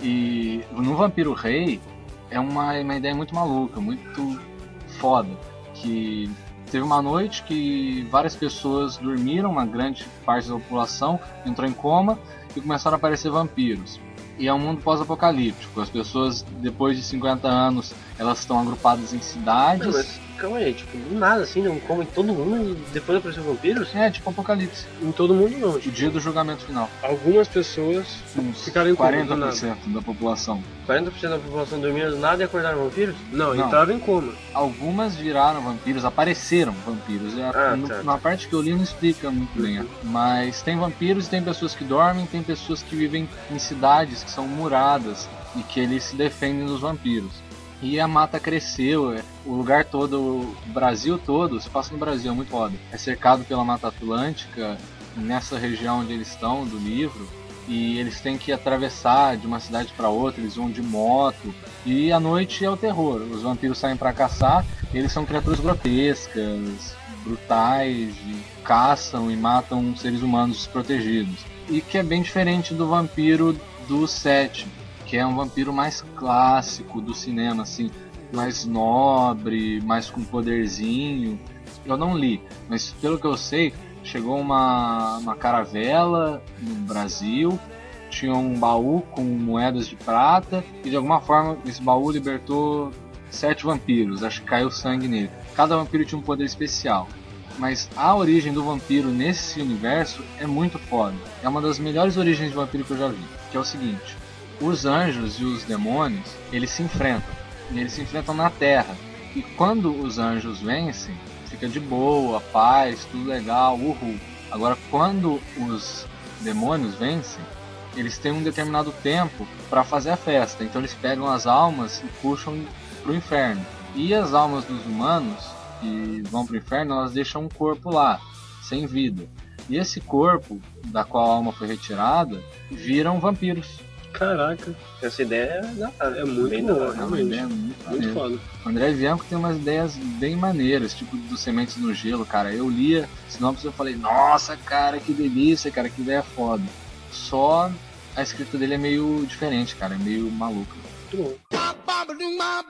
S1: E no Vampiro Rei é uma, uma ideia muito maluca, muito foda. Que teve uma noite que várias pessoas dormiram, uma grande parte da população entrou em coma e começaram a aparecer vampiros. E é um mundo pós-apocalíptico. As pessoas, depois de 50 anos, elas estão agrupadas em
S3: Não,
S1: cidades.
S3: mas calma aí, tipo, do nada assim, não comem todo mundo e depois apareceu vampiros?
S1: É, tipo apocalipse.
S2: Em todo mundo não.
S1: O
S2: tipo,
S1: dia do julgamento final.
S2: Algumas pessoas
S1: Uns
S2: Ficaram em coma do
S1: 40% da população.
S3: 40% da população dormia do nada e acordaram vampiros?
S2: não,
S1: Não.
S2: entraram em coma.
S1: algumas viraram vampiros, apareceram vampiros. É,
S3: Ah,
S1: no-
S3: tá. Uhum.
S1: Na parte que eu li não explica muito bem. é. Mas tem vampiros, tem pessoas que dormem, tem pessoas que vivem em cidades que são muradas e que eles se defendem dos vampiros. E a mata cresceu, é, o lugar todo, o Brasil todo, se passa no Brasil, é muito foda. É cercado pela Mata Atlântica, nessa região onde eles estão, do livro, e eles têm que atravessar de uma cidade para outra, eles vão de moto, e à noite é o terror. Os vampiros saem para caçar, eles são criaturas grotescas, brutais, e caçam e matam seres humanos desprotegidos. E que é bem diferente do vampiro do 7, que é um vampiro mais clássico do cinema, assim, mais nobre, mais com poderzinho. Eu não li, mas pelo que eu sei, chegou uma, uma caravela no Brasil, tinha um baú com moedas de prata, e de alguma forma esse baú libertou sete vampiros, acho que caiu sangue nele. Cada vampiro tinha um poder especial. Mas a origem do vampiro nesse universo é muito foda. É uma das melhores origens de vampiro que eu já vi. Que é o seguinte: os anjos e os demônios eles se enfrentam. E eles se enfrentam na Terra. E quando os anjos vencem, fica de boa, paz, tudo legal, uhul. Agora, quando os demônios vencem, eles têm um determinado tempo para fazer a festa. Então, eles pegam as almas e puxam pro inferno. E as almas dos humanos que vão pro inferno, elas deixam um corpo lá, sem vida. E esse corpo, da qual a alma foi retirada, viram vampiros.
S2: Caraca,
S3: Essa ideia é datada.
S2: é muito
S3: Bem
S2: boa,
S3: da hora.
S1: É uma ideia
S2: realmente.
S1: muito
S2: Muito
S1: maneira.
S2: foda.
S1: O André Bianco tem umas ideias bem maneiras, tipo do Sementes no Gelo, cara. Eu lia sinopse e eu falei, nossa, cara, que delícia, cara, que ideia foda. Só a escrita dele é meio diferente, cara, é meio maluca.
S2: Muito bom.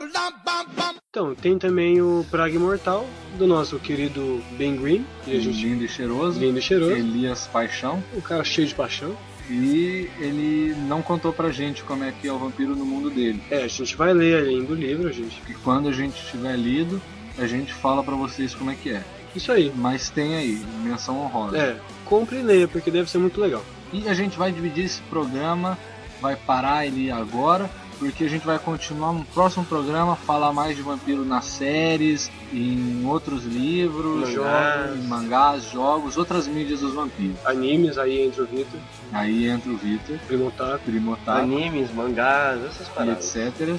S2: Então, tem também o Praga Imortal, do nosso querido Ben Green, que a gente
S1: Lindo e cheiroso.
S2: é lindo e cheiroso.
S1: Elias Paixão.
S2: Um cara cheio de paixão.
S1: E ele não contou pra gente como é que é o vampiro no mundo dele.
S2: É, a gente vai ler ainda o livro, gente.
S1: E quando a gente tiver lido, a gente fala pra vocês como é que é.
S2: Isso aí.
S1: Mas tem aí, menção honrosa.
S2: É, compre e leia, porque deve ser muito legal.
S1: E a gente vai dividir esse programa, vai parar ele agora, porque a gente vai continuar no próximo programa, falar mais de vampiro nas séries, em outros livros,
S2: Mangás.
S1: jogos, mangás, jogos, outras mídias dos vampiros.
S2: Animes aí entre o Vitor,
S1: Aí entra o Victor,
S2: Primotato.
S1: Primotar e
S3: Animes, mangás, essas paradas.
S1: etc.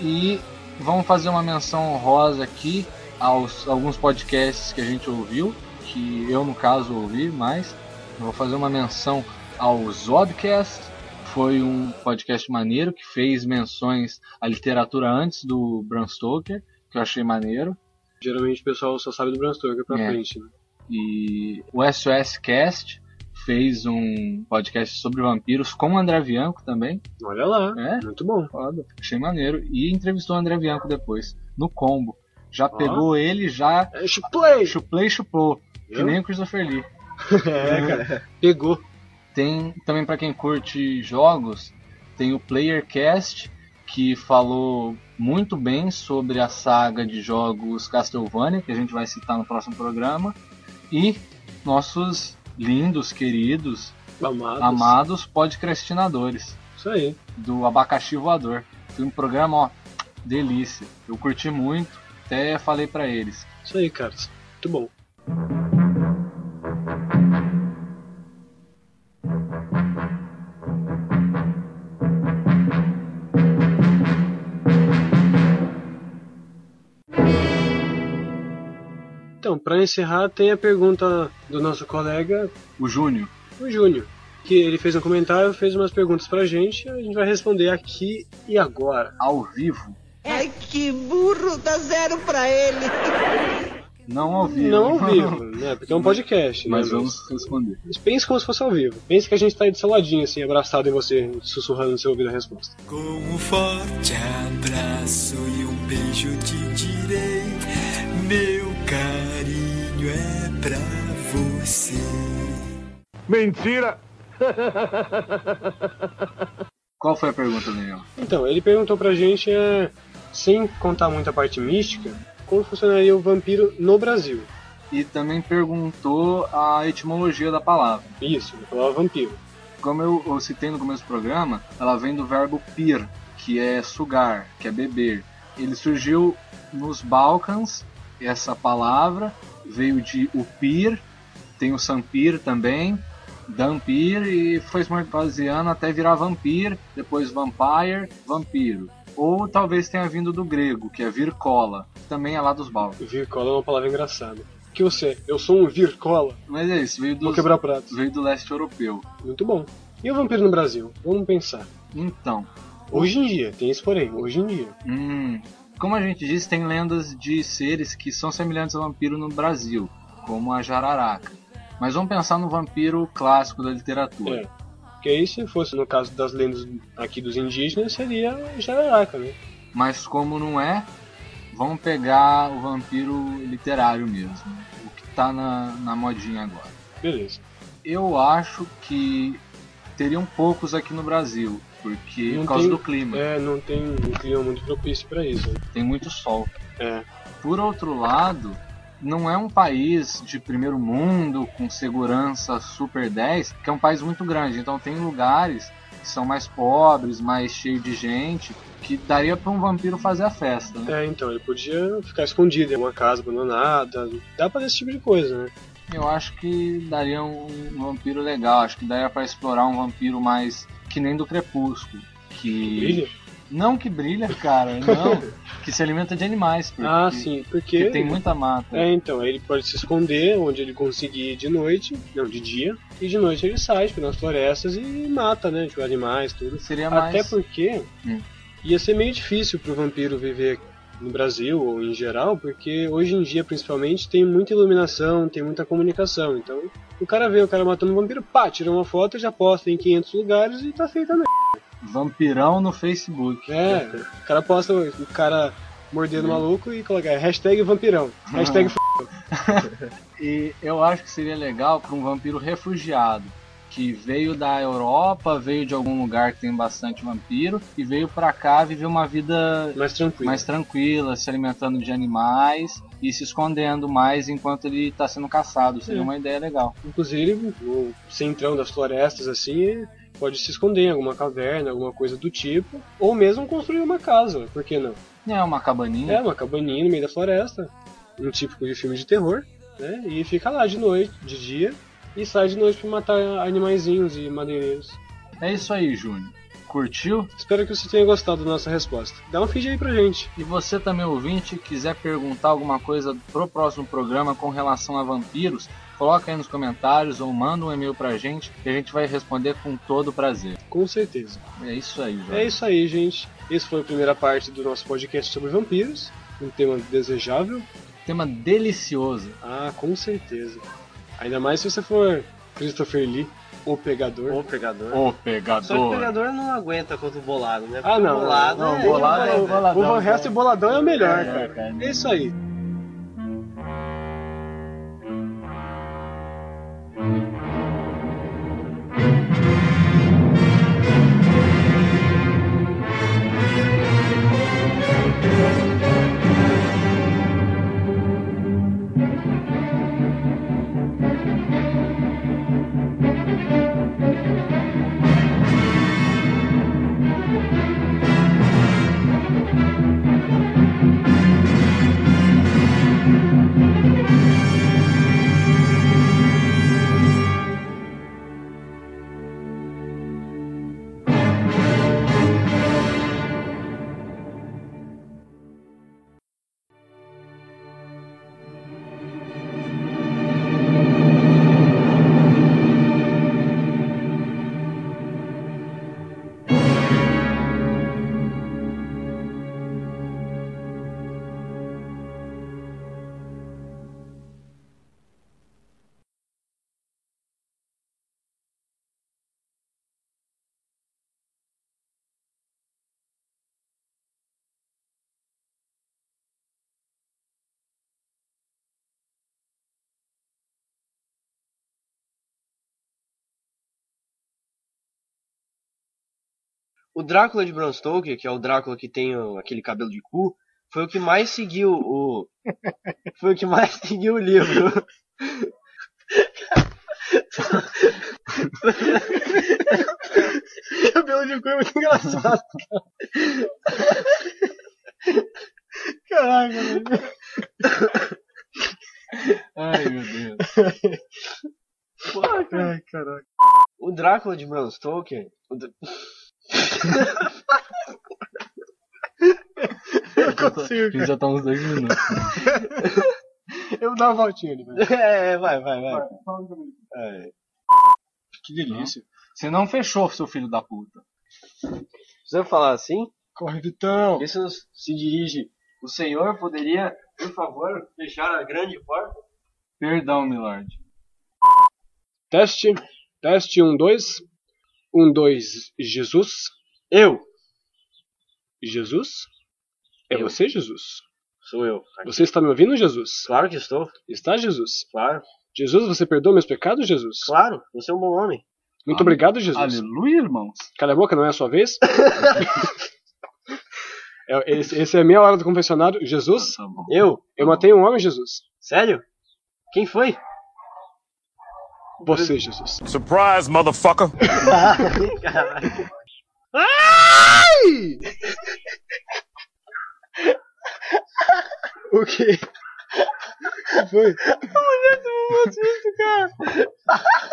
S1: E vamos fazer uma menção honrosa aqui aos alguns podcasts que a gente ouviu, que eu no caso ouvi mais. Eu vou fazer uma menção ao Zobcast, foi um podcast maneiro que fez menções à literatura antes do Bram Stoker, que eu achei maneiro.
S2: Geralmente o pessoal só sabe do Bram Stoker pra
S1: É.
S2: frente, né?
S1: E o SOS Cast fez um podcast sobre vampiros com o André Bianco também.
S2: Olha lá,
S1: É?
S2: muito bom.
S1: Foda. Achei maneiro. E entrevistou o André Bianco depois, no combo. Já pegou ele, já
S2: É, Chuplay!
S1: chuplei, chupou. Que
S2: Viu?
S1: nem o Christopher Lee.
S2: É, cara. Pegou.
S1: Tem também pra quem curte jogos, tem o PlayerCast, que falou muito bem sobre a saga de jogos Castlevania, que a gente vai citar no próximo programa. E nossos lindos, queridos,
S2: Amados.
S1: amados podcastinadores
S2: Isso aí.
S1: do Abacaxi Voador. Foi um programa, ó, delícia. Eu curti muito, até falei pra eles.
S2: Isso aí, cara. Muito bom. Então, para encerrar, tem a pergunta do nosso colega,
S1: O Júnior,
S2: o Júnior, que ele fez um comentário, fez umas perguntas pra gente, a gente vai responder aqui e agora.
S1: ao vivo,
S10: Ai, que burro, dá zero pra ele.
S1: não ao vivo.
S2: Não ao vivo, né? Porque é um podcast, né?
S1: É. Mas vamos responder.
S2: Mas Pense como se fosse ao vivo. Pense que a gente tá aí do seu ladinho, assim, abraçado em você, sussurrando no seu ouvido a resposta.
S6: Com um forte abraço e um beijo de direito, meu carinho é pra você.
S1: Qual foi a pergunta, Daniel?
S2: Então, ele perguntou pra gente, é, sem contar muita parte mística, como funcionaria o vampiro no Brasil.
S1: E também perguntou a etimologia da palavra.
S2: Isso, ele falava vampiro.
S1: Como eu, eu citei no começo do programa, ela vem do verbo pir, que é sugar, que é beber. Ele surgiu nos Balcãs, essa palavra veio de upir, tem o sampir também, dampir, e foi se baseando até virar vampir, depois vampire, vampiro. Ou talvez tenha vindo do grego, que é vircola, que também é lá dos Balcãs.
S2: Vircola é uma palavra engraçada. Que você, eu sou um vircola,
S1: Mas é isso, veio,
S2: vou
S1: dos,
S2: quebrar pratos.
S1: veio do leste europeu.
S2: Muito bom. E o vampiro no Brasil? Vamos pensar.
S1: Então,
S2: Hoje em dia, tem isso porém, hoje em dia.
S1: Hum, como a gente diz, tem lendas de seres que são semelhantes ao vampiro no Brasil, como a jararaca. Mas vamos pensar no vampiro clássico da literatura.
S2: É. Porque aí, se fosse no caso das lendas aqui dos indígenas, seria a jararaca, né?
S1: Mas como não é, vamos pegar o vampiro literário mesmo, o que tá na, na modinha agora.
S2: Beleza.
S1: Eu acho que teriam poucos aqui no Brasil, porque
S2: Não
S1: por causa
S2: tem-
S1: do clima,
S2: É, não tem um clima muito propício pra isso.
S1: tem muito sol.
S2: É.
S1: Por outro lado, não é um país de primeiro mundo com segurança super 10, que é um país muito grande. Então tem lugares que são mais pobres, mais cheios de gente, que daria para um vampiro fazer a festa, né?
S2: É, então, ele podia ficar escondido em uma casa abandonada. Dá pra esse tipo de coisa, né?
S1: Eu acho que daria um vampiro legal, acho que daria para explorar um vampiro mais que nem do Crepúsculo, que
S2: Brilha.
S1: Não que brilha, cara, não. que se alimenta de animais. Porque,
S2: Ah, sim, porque.
S1: porque tem muita mata.
S2: É, então, ele pode se esconder onde ele conseguir de noite, não, de dia, e de noite ele sai, tipo, nas florestas e mata, né, tipo, animais, tudo.
S1: Seria É mais.
S2: Até porque
S1: Hum.
S2: ia ser meio difícil pro vampiro viver no Brasil ou em geral, porque hoje em dia, principalmente, tem muita iluminação, tem muita comunicação. Então, o cara vê o cara matando um vampiro, pá, tira uma foto, já posta em 500 lugares e tá feita a merda.
S1: Vampirão no Facebook.
S2: É, o cara posta o cara mordendo o
S1: Hum.
S2: maluco e coloca é, hashtag vampirão,
S1: Ah.
S2: hashtag f...
S1: E eu acho que seria legal para um vampiro refugiado que veio da Europa, veio de algum lugar que tem bastante vampiro e veio pra cá viver uma vida
S2: mais tranquilo.
S1: mais tranquila, se alimentando de animais e se escondendo mais enquanto ele tá sendo caçado. Seria
S2: É.
S1: uma ideia legal.
S2: Inclusive, o centrão das florestas, assim, pode se esconder em alguma caverna, alguma coisa do tipo, ou mesmo construir uma casa, por que não?
S1: É uma cabaninha.
S2: É, uma cabaninha no meio da floresta, um típico de filme de terror, né? E fica lá de noite, de dia, e sai de noite pra matar animaizinhos e madeireiros.
S1: É isso aí, Júnior. Curtiu?
S2: Espero que você tenha gostado da nossa resposta. Dá um feed aí pra gente.
S1: E você também, ouvinte, quiser perguntar alguma coisa pro próximo programa com relação a vampiros, coloca aí nos comentários ou manda um e-mail pra gente que a gente vai responder com todo prazer.
S2: Com certeza.
S1: É isso aí, Jorge.
S2: É isso aí, gente. Esse foi a primeira parte do nosso podcast sobre vampiros. Um tema desejável.
S1: Tema delicioso.
S2: Ah, com certeza. Ainda mais se você for Christopher Lee, o pegador.
S3: O pegador.
S1: Ô,
S3: Só que o
S1: pegador.
S3: pegador não aguenta contra o bolado, né?
S2: Ah, não.
S3: Bolado,
S1: não,
S3: é,
S1: bolado é
S3: é,
S1: o boladão,
S2: o Van Helsing
S1: cara.
S2: boladão é o melhor,
S1: É,
S2: cara.
S1: cara.
S2: É isso aí.
S3: O Drácula de Bram Stoker, que é o Drácula que tem o- aquele cabelo de cu, foi o que mais seguiu o. Foi o que mais seguiu o livro.
S2: cabelo de cu é muito engraçado, cara. Caraca, velho.
S1: Ai, meu Deus.
S2: Ai, caraca.
S3: O Drácula de Bram Stoker. o Dr-
S2: Eu consigo, cara.
S1: Já tá uns dois minutos.
S2: Eu vou dar uma voltinha ali, velho.
S3: É, vai, vai, vai. É.
S2: Que delícia.
S1: Você não fechou, seu filho da puta.
S3: Precisa falar assim?
S2: Corre, Vitão.
S3: Vê se nos- se dirige. O senhor poderia, por favor, fechar a grande porta?
S1: Perdão, Milord.
S2: Teste. Teste 1, 2. 1, 2, Jesus. Eu. Jesus? É
S3: Eu.
S2: você, Jesus?
S3: Sou eu.
S2: Você está me ouvindo, Jesus?
S3: Claro que estou.
S2: Está, Jesus?
S3: Claro.
S2: Jesus, você perdoa meus pecados, Jesus?
S3: Claro, você é um bom homem.
S2: Muito obrigado, Jesus.
S1: Aleluia, irmãos.
S2: Cala a boca, não é a sua vez? É, esse, esse é a minha hora do confessionário. Jesus,
S1: Tá bom.
S3: Eu?
S2: eu matei um homem, Jesus.
S3: Sério? Quem foi?
S2: Você, Jesus.
S5: Surprise, motherfucker!
S3: Caralho.
S2: O quê? Foi?
S3: Olha, tu cara.